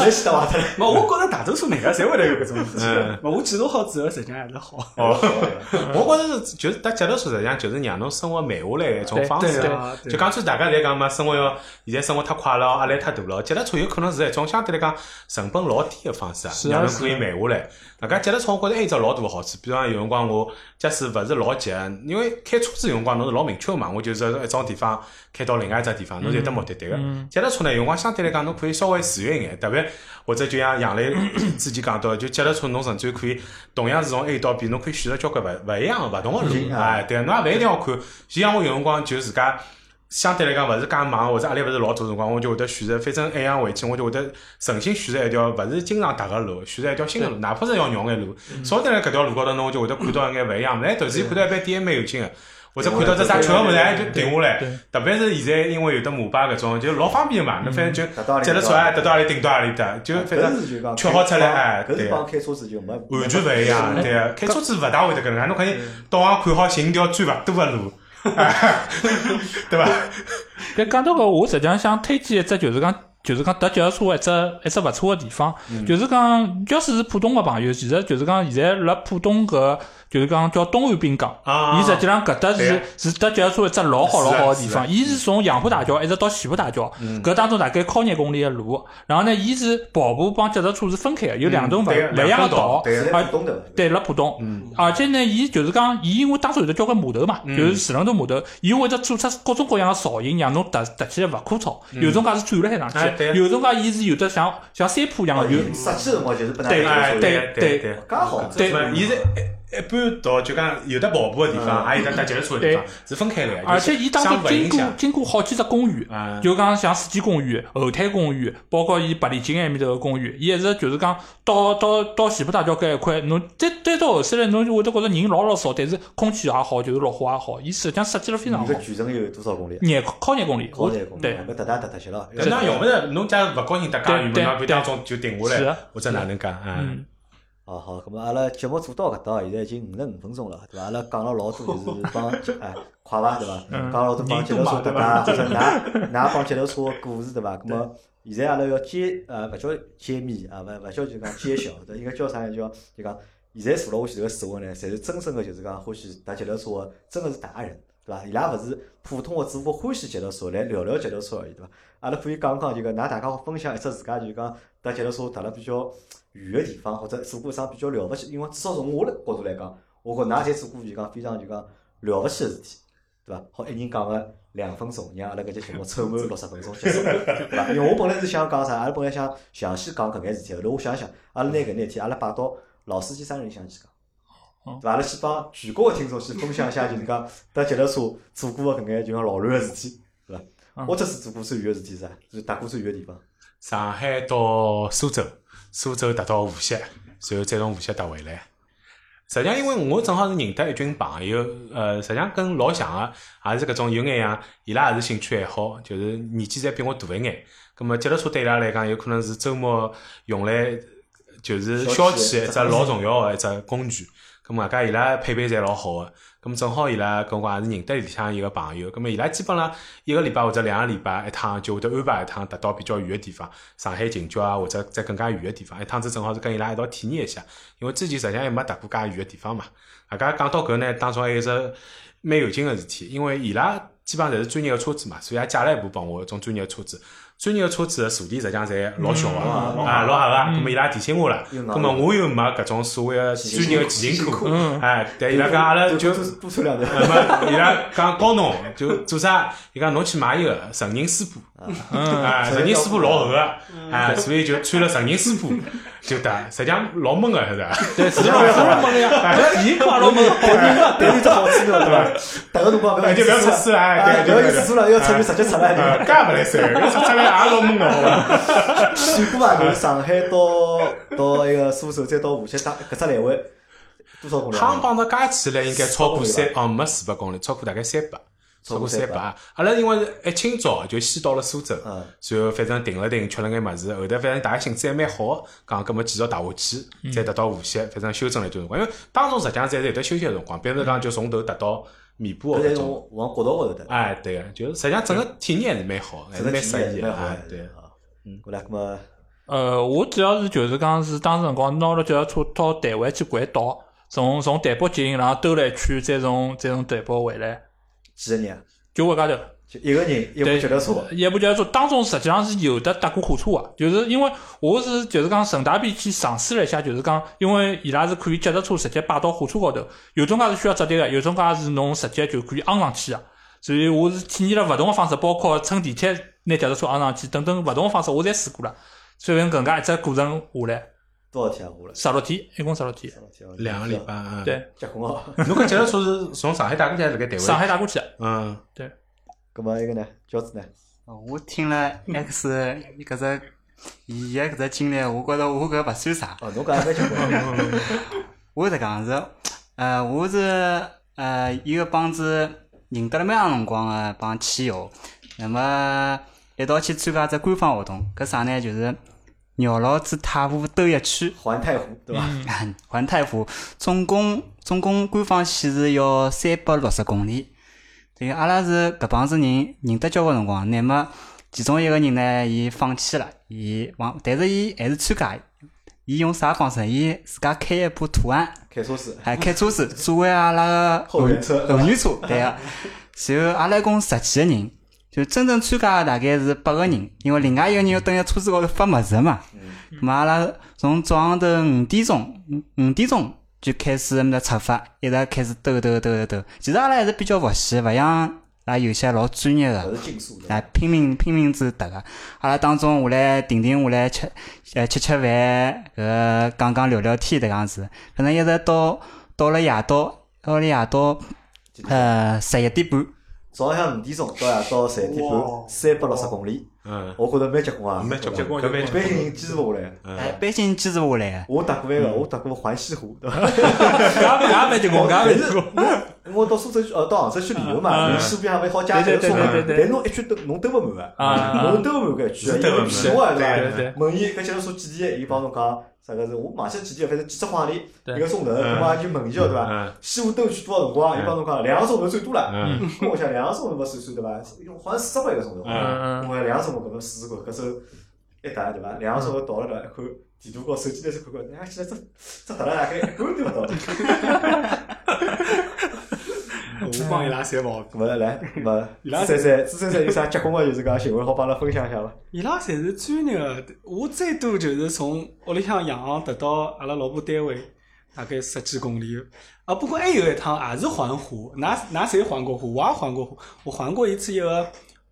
[SPEAKER 1] 头去踏伐得来。
[SPEAKER 4] <laughs> 我我觉着大多数人家侪会得有搿种事
[SPEAKER 2] 嗯
[SPEAKER 4] 情。我记录好之后，实际上还是好。
[SPEAKER 2] 我觉着就是搭脚踏车，实际上就是让侬生活慢下来的一种方式
[SPEAKER 4] 对对啊。对
[SPEAKER 2] 就讲穿大家侪讲嘛，生活要现在生活太快了，压力太大了。脚踏车有可能是一种相对来讲成本老低的方式啊，
[SPEAKER 3] 啊
[SPEAKER 2] 让侬
[SPEAKER 3] 是
[SPEAKER 2] 可以慢下来。大家脚踏车，我觉着还有一只老大的好处，比方有辰光我假使勿是老急，因为开车子有辰光侬是老明确的嘛，我就是一种地方开到另外一只地方，侬就有
[SPEAKER 3] 嗯
[SPEAKER 2] 得目的地个。脚踏车呢，有辰光相对来讲侬可以稍微自由一眼，特别或者就像杨磊之前讲到的，就脚踏车侬甚至可以同样是从 A 到 B，侬可以选择交关勿勿一样个勿同个
[SPEAKER 1] 嗯
[SPEAKER 2] 路，
[SPEAKER 1] 啊
[SPEAKER 2] 哎，对，侬也勿一定要看。就像我有辰光就自家。相对来讲，勿是介忙，或者压力勿是老大的辰光，我就会得选择，反正一样回去，我就会得诚心选择一条勿是经常踏个路，选择一条新个路，哪怕是一条绕眼路。
[SPEAKER 1] 嗯
[SPEAKER 2] 稍等辣搿条路高头，侬我就会得看到一眼勿一样。哎，突然间看到一杯店还蛮有劲个，或者看到只啥吃个物事，哎，就停下来。特别是现在，因为有得摩拜搿种，就老方便嘛。侬反正就
[SPEAKER 1] 踏嗯到阿里
[SPEAKER 2] 脚踏
[SPEAKER 1] 踏
[SPEAKER 2] 车
[SPEAKER 1] 到阿
[SPEAKER 2] 哎，
[SPEAKER 1] 里嗯
[SPEAKER 2] 踏到阿里顶到阿里搭，就反正
[SPEAKER 1] 搿是就讲
[SPEAKER 2] 吃好出来哎，
[SPEAKER 1] 搿
[SPEAKER 2] 对
[SPEAKER 1] 是
[SPEAKER 2] 啊
[SPEAKER 1] 帮。开车子就没
[SPEAKER 2] 完全勿一
[SPEAKER 1] 嗯
[SPEAKER 2] 样，对啊，开车子勿大会得搿能介，侬肯定导航看好寻条最勿堵个路，对伐？
[SPEAKER 3] 但讲到搿，我实际上想推荐一只，就是讲，就是讲搭脚踏车一只一只勿错个地方，
[SPEAKER 2] 嗯
[SPEAKER 3] 就是讲，要是是浦东个朋友，其实就是讲现在辣浦东搿，就是讲叫东安滨江，
[SPEAKER 1] 嗯
[SPEAKER 2] 啊
[SPEAKER 3] 伊实际上搿搭
[SPEAKER 2] 对
[SPEAKER 3] 是
[SPEAKER 2] 啊
[SPEAKER 3] 是搭脚踏车一只老好老
[SPEAKER 2] 是啊
[SPEAKER 3] 好个地
[SPEAKER 2] 是啊嗯
[SPEAKER 3] 方，伊是从杨浦大桥一直到前浦大桥，搿当中大概靠廿公里个路，然后呢，伊是跑步帮脚踏车是分开个，有两种勿
[SPEAKER 2] 对啊
[SPEAKER 3] 勿一样
[SPEAKER 2] 两
[SPEAKER 3] 个
[SPEAKER 2] 种道
[SPEAKER 3] 道，
[SPEAKER 2] 对
[SPEAKER 1] 现在
[SPEAKER 2] 啊嗯
[SPEAKER 3] 而
[SPEAKER 1] 是东头。
[SPEAKER 3] 对，辣浦东，而且呢，伊就是讲，伊因为当初有得交关码头嘛，就是四轮头码头，伊会得做出各种各样的造型，让侬踏踏起来勿枯燥。有种介是转了海
[SPEAKER 2] 哎
[SPEAKER 3] 上
[SPEAKER 2] 对哦
[SPEAKER 3] 去，有种介伊是有的像像山坡一样的，有
[SPEAKER 1] 设计辰光就是拨
[SPEAKER 3] 对
[SPEAKER 1] 㑚
[SPEAKER 2] 哎，
[SPEAKER 1] 做
[SPEAKER 2] 对
[SPEAKER 3] 对
[SPEAKER 2] 对。
[SPEAKER 1] 刚好。
[SPEAKER 3] 对
[SPEAKER 2] 么，伊是
[SPEAKER 3] 呃
[SPEAKER 2] 一一般到就讲有的跑步的地方，也有的搭脚踏车的地方
[SPEAKER 3] 对，
[SPEAKER 2] 是分开来的，
[SPEAKER 3] 嗯而且伊当
[SPEAKER 2] 中
[SPEAKER 3] 中经过经过好几只公园
[SPEAKER 2] 啊，
[SPEAKER 3] 就讲像世纪公园、后滩公园，包括伊白里泾埃面头个公园，伊一直就是讲到到到前浦大桥搿一块，侬再再到后头来，侬就会得觉着人老老少，但是空气也好，就是绿化也好，伊实际上设计了非常
[SPEAKER 1] 你
[SPEAKER 3] 好
[SPEAKER 1] 个。全程有多少公里？
[SPEAKER 3] 廿靠廿公里，
[SPEAKER 1] 好
[SPEAKER 3] 我
[SPEAKER 1] 廿公里，啊
[SPEAKER 3] 对，
[SPEAKER 1] 搿踏踏踏踏去了。
[SPEAKER 2] 但那用勿着，侬假如勿高兴搭家远嘛，
[SPEAKER 3] 对
[SPEAKER 2] 那
[SPEAKER 3] 对
[SPEAKER 2] 边当中就停下
[SPEAKER 3] 是
[SPEAKER 2] 来
[SPEAKER 3] 啊，
[SPEAKER 2] 或者哪能讲啊？
[SPEAKER 3] 嗯，
[SPEAKER 1] 哦好，咁么阿拉节目做到搿搭，现在已经五十五分钟了，对伐？阿拉讲了老多，就是
[SPEAKER 3] <laughs>
[SPEAKER 1] 帮哎快伐，对伐？讲了老多帮
[SPEAKER 3] 嗯人
[SPEAKER 1] 节
[SPEAKER 3] 多
[SPEAKER 1] 头
[SPEAKER 3] 嘛
[SPEAKER 1] 车
[SPEAKER 3] 对
[SPEAKER 1] 搭档，
[SPEAKER 3] 伐
[SPEAKER 1] 就是
[SPEAKER 3] <laughs>
[SPEAKER 1] 㑚㑚帮节头车个故事，对伐？咁么现在阿拉要揭呃勿叫揭秘啊，勿勿叫就讲揭晓，对应该叫啥呢？叫就讲现在坐辣我前头个四位呢，侪是真正个就是讲欢喜踏脚踏车个，真个是达人，对伐？伊拉勿是普通个，只不过欢喜脚踏车来聊聊脚踏车而已，对伐？阿拉可以讲讲就讲，㑚大家分享一只自家就是讲踏脚踏车踏了比较远个地方，或者做过啥比较了勿起，因为至少从我的角度来讲，我觉㑚侪做过就讲非常就讲了勿起个事体。对伐？好，一人讲个两分钟，让阿拉搿节节目凑满六十分钟结束，对伐？因为我本来是想讲啥，阿拉本来想详细讲搿眼事体，后头我想想，阿拉拿搿眼事体，阿拉摆到老司机三人里向去讲，对伐？
[SPEAKER 3] 哦
[SPEAKER 1] 阿拉先帮全国个听众去分享一下，就是讲搭脚踏车做过个搿眼就讲老卵个事体，对伐？
[SPEAKER 3] 嗯
[SPEAKER 1] 我这次做过最远个事体是啥？就是踏过最远个地方，
[SPEAKER 2] 上海到苏州，苏州达到无锡，然后再从无锡搭回来。实际上，因为我正好是认得一群朋友，呃，实际上跟老像个、也是搿种有眼像，伊拉也是兴趣爱好，就是年纪侪比我大一眼。葛么，脚踏车对伊拉来讲，有可能是周末用来就是消
[SPEAKER 1] 消
[SPEAKER 2] 遣
[SPEAKER 1] 遣
[SPEAKER 2] 一只老重要个一只工具。葛么，外加伊拉配备侪老好个，葛么正好伊拉跟我也是认得里向一个朋友，葛么伊拉基本上一个礼拜或者两个礼拜一趟就会得安排一趟，达到比较远个地方，上海近郊啊，或者再更加远个地方。一趟子正好是跟伊拉一道体验一下，因为之前实际上还没踏过介远个地方嘛。大家讲到搿呢，当中还有一只蛮有劲个事体，因为伊拉基本上侪是专业个车子嘛，所以也借了一部帮我一种专业个车子。专业个车子个坐垫实际上侪老小个
[SPEAKER 1] 嗯嗯
[SPEAKER 2] 啊，
[SPEAKER 1] 嗯
[SPEAKER 2] 老合个。咁么伊拉提醒我了，
[SPEAKER 1] 又硬
[SPEAKER 2] 咁么我又没搿种所谓个专业个骑行课，
[SPEAKER 3] 嗯
[SPEAKER 2] 哎，但伊拉讲阿拉就
[SPEAKER 1] 多多穿两条，
[SPEAKER 2] 那么伊拉讲教侬就做啥？伊讲侬去买一个成人丝布，
[SPEAKER 3] 嗯，
[SPEAKER 2] 啊，成人丝布老厚个，啊，所以就穿了成人丝布就得，实际上老闷个，晓得伐？
[SPEAKER 3] 对，是老是老猛呀，搿已经快老猛了，好用了，
[SPEAKER 1] 对，有只好处对伐？大个辰光勿要
[SPEAKER 2] 哎就不要去试了哎
[SPEAKER 1] 哎
[SPEAKER 2] 对
[SPEAKER 1] 不要
[SPEAKER 2] 对
[SPEAKER 1] 去
[SPEAKER 2] 对
[SPEAKER 1] 试了，要出就直接出呃来。对伐
[SPEAKER 2] 啊，介勿来塞，搿出出来也老闷个，好伐？
[SPEAKER 1] 去过伐？就是上海到到那个苏州，再到无锡，搭搿只来回多少公里啊？
[SPEAKER 2] 夯帮到加起来应该超过三，哦，没四百公里，超过大概三百，超过三百啊。阿拉因为是一清早就先到了苏州，
[SPEAKER 1] 嗯，
[SPEAKER 2] 然后反正停了停，吃了眼物事，后头反正大家兴致还蛮好，讲搿么继续踏下去，再踏到无锡，反正休整了一段辰光，因为当中实际上侪是有得休息个辰光，比如讲就从头踏到尾巴
[SPEAKER 1] 搿
[SPEAKER 2] 搿
[SPEAKER 1] 侪
[SPEAKER 2] 种。
[SPEAKER 1] 从往国道高头的，
[SPEAKER 2] 哎，对个，就是实际上整个体验还是蛮好，还是
[SPEAKER 1] 整个
[SPEAKER 2] 蛮
[SPEAKER 1] 体
[SPEAKER 2] 适
[SPEAKER 1] 验
[SPEAKER 2] 意
[SPEAKER 1] 蛮
[SPEAKER 2] 的，
[SPEAKER 1] 好
[SPEAKER 2] 哎
[SPEAKER 1] 的。
[SPEAKER 2] 对。
[SPEAKER 1] 啊，嗯，过来，搿么
[SPEAKER 3] 呃，我主要是就是讲是当时辰光拿了脚踏车到台湾去环岛，从从台北进，然后兜了一圈，再从再从台北回来，
[SPEAKER 1] 几个人？
[SPEAKER 3] 就搿介头。
[SPEAKER 1] 就一个人，一部
[SPEAKER 3] 对
[SPEAKER 1] 脚踏车，
[SPEAKER 3] 也不叫做当中实际上是有的搭过火车啊，就是因为我是就是讲顺带便去尝试了一下，就是讲因为伊拉是可以脚踏车直接摆到火车高头，有种介是需要折叠个，有种介是侬直接就可以昂上去个。啊所以我是体验了勿同个方式，包括乘地铁拿脚踏车昂上去等等勿同个方式，我侪试过了。所以搿介一只过程下来，
[SPEAKER 1] 多少天啊？下来，
[SPEAKER 3] 十六天，一共十六天。
[SPEAKER 2] 两个礼拜，啊，
[SPEAKER 3] 对，
[SPEAKER 1] 结棍哦。
[SPEAKER 2] 侬搿脚踏车是从上海带过去还是辣盖台湾？
[SPEAKER 3] 上海打过去的，啊
[SPEAKER 2] 嗯，
[SPEAKER 1] 搿么一个呢？饺子呢？
[SPEAKER 5] 哦我听了 X 搿只伊个搿只经历，我觉着我搿勿算啥。
[SPEAKER 1] 哦，侬搿也蛮结棍的。
[SPEAKER 5] 我是讲是，呃，我是呃一个帮子认得了蛮长辰光个帮骑友，那么一道去参加只官方活动，搿啥呢？就是绕牢子太湖兜一圈，
[SPEAKER 1] 环太湖对伐？
[SPEAKER 5] <laughs> 环太湖，总共总共官方显示要三百六十公里。对，阿拉是搿帮子人认得交关辰光，那么其中一个人呢，伊放弃了，伊往，但是伊还是参加。伊用啥方式？伊自家开一部图案，
[SPEAKER 1] 开车子，
[SPEAKER 5] <laughs> 还开车子作为阿拉个
[SPEAKER 1] 后援车
[SPEAKER 5] 后援车，对个、然后阿拉一共十几个人，就真正参加的大概是八个人，因为另外一个人要蹲在车子高头发物事嘛。
[SPEAKER 1] 嗯
[SPEAKER 5] 咁嘛阿拉从早上头五点钟，五五点钟就开始么出发，一直开始兜兜兜兜兜。其实阿拉还是比较佛系，勿像拉有些老专业个。
[SPEAKER 1] 勿是竞速的。
[SPEAKER 5] 啊，拼命拼命子搭个。阿拉当中下来停停下来吃，呃，吃吃饭，搿讲讲聊聊天迭样子。反正一直到到了夜到，到了夜到，呃，十一点半。
[SPEAKER 1] 早浪向五点钟到夜到十一点
[SPEAKER 4] 哇
[SPEAKER 1] 半，三百六十公里，
[SPEAKER 2] 嗯，
[SPEAKER 1] 我觉着蛮结棍啊！
[SPEAKER 2] 蛮结棍
[SPEAKER 1] 搿
[SPEAKER 2] 搿蛮结棍
[SPEAKER 1] 蛮人坚持勿下来。
[SPEAKER 5] 哎，毕竟坚持勿下来个。
[SPEAKER 3] 嗯
[SPEAKER 1] 我踏过一个，我踏过环西湖，对伐？
[SPEAKER 3] 搿也搿也蛮结棍，搿也蛮结棍。
[SPEAKER 1] 因为 <laughs> 我到苏州去，呃，到杭州去旅游嘛，
[SPEAKER 3] 啊
[SPEAKER 1] 你书边上还好加一
[SPEAKER 3] 对
[SPEAKER 1] 个
[SPEAKER 3] 对
[SPEAKER 1] 车嘛，
[SPEAKER 3] 对对对
[SPEAKER 1] 啊但侬一句都侬兜勿满
[SPEAKER 3] 啊
[SPEAKER 1] 侬兜勿满搿一句，
[SPEAKER 2] 是
[SPEAKER 1] 因
[SPEAKER 2] 兜
[SPEAKER 1] 为骗
[SPEAKER 2] 勿满
[SPEAKER 1] 我是
[SPEAKER 2] 对
[SPEAKER 1] 伐？
[SPEAKER 3] 对对，
[SPEAKER 1] 问伊搿接头数几钿，伊帮侬讲啥个是，我忘记几钿，反正几只黄钿，
[SPEAKER 3] 对
[SPEAKER 1] 一个钟头，咾
[SPEAKER 2] 嗯
[SPEAKER 1] 么就问伊晓得伐？
[SPEAKER 2] 嗯
[SPEAKER 1] 西湖兜去多少辰光？伊帮侬讲两个钟头最多了。
[SPEAKER 2] 嗯
[SPEAKER 1] 跟我想两个钟头勿算算对伐？好像四十块一个钟头。
[SPEAKER 2] 嗯
[SPEAKER 3] 嗯嗯
[SPEAKER 1] 我两个钟头搿么四十块，搿时候一打对伐？两个钟头到了对伐？一看地图高手机拿去看看，哎，现在只只踏了大概一个都勿到。
[SPEAKER 4] 我帮伊拉侪跑过。
[SPEAKER 1] 咾么来，咾
[SPEAKER 4] 伊
[SPEAKER 1] 么
[SPEAKER 4] 拉
[SPEAKER 1] 朱三三，朱三三有啥结棍个就是讲行为好帮阿拉分享一下伐？
[SPEAKER 4] 伊拉侪是专业个，我最多就是从屋里向洋行得到阿拉老婆单位，大概十几公里。啊，不过还有一趟也是环湖，㑚㑚侪环过湖，我也环过湖，我环过一次一个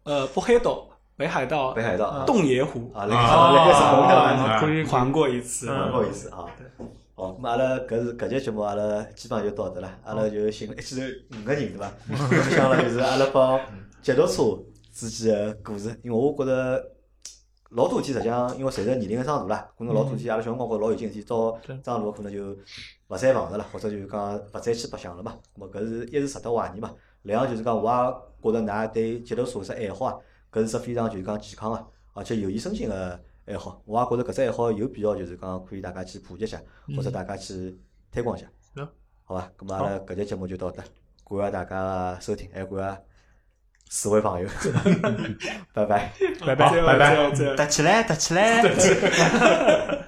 [SPEAKER 4] 呃北海道，北海道
[SPEAKER 1] 北海道啊，
[SPEAKER 4] 洞爷湖
[SPEAKER 1] 啊，来个来个日本对伐？
[SPEAKER 3] 啊可以
[SPEAKER 4] 环过一次。
[SPEAKER 1] 不好意思啊。好，咁阿拉搿是搿节节目，阿拉基本上就到这啦。阿拉就寻了一记头五个人对伐？我想了就是阿拉帮脚踏车之间的故事，因为我觉着老多天实际上，因为随着年龄的长大啦，可能老多天阿拉小辰光觉着老有劲事体，到
[SPEAKER 3] 对
[SPEAKER 1] 长大可能就勿再碰着了，或者就是讲勿再去白相了嘛。咁么搿是一是值得怀念嘛。两个就是讲，我也觉着㑚对脚踏车只爱好啊，搿是只非常就是讲健康个、啊而且有益身心个爱好。我也觉着搿只爱好有必要，就是讲可以大家去普及一下，或者大家去推广一下，
[SPEAKER 3] 是
[SPEAKER 1] 好伐？咁啊阿拉搿节节目就到这，感谢大家的收听，还感谢四位朋友， <laughs> 拜拜。
[SPEAKER 3] 拜拜拜拜。
[SPEAKER 4] 再
[SPEAKER 5] 搭起来，搭起来。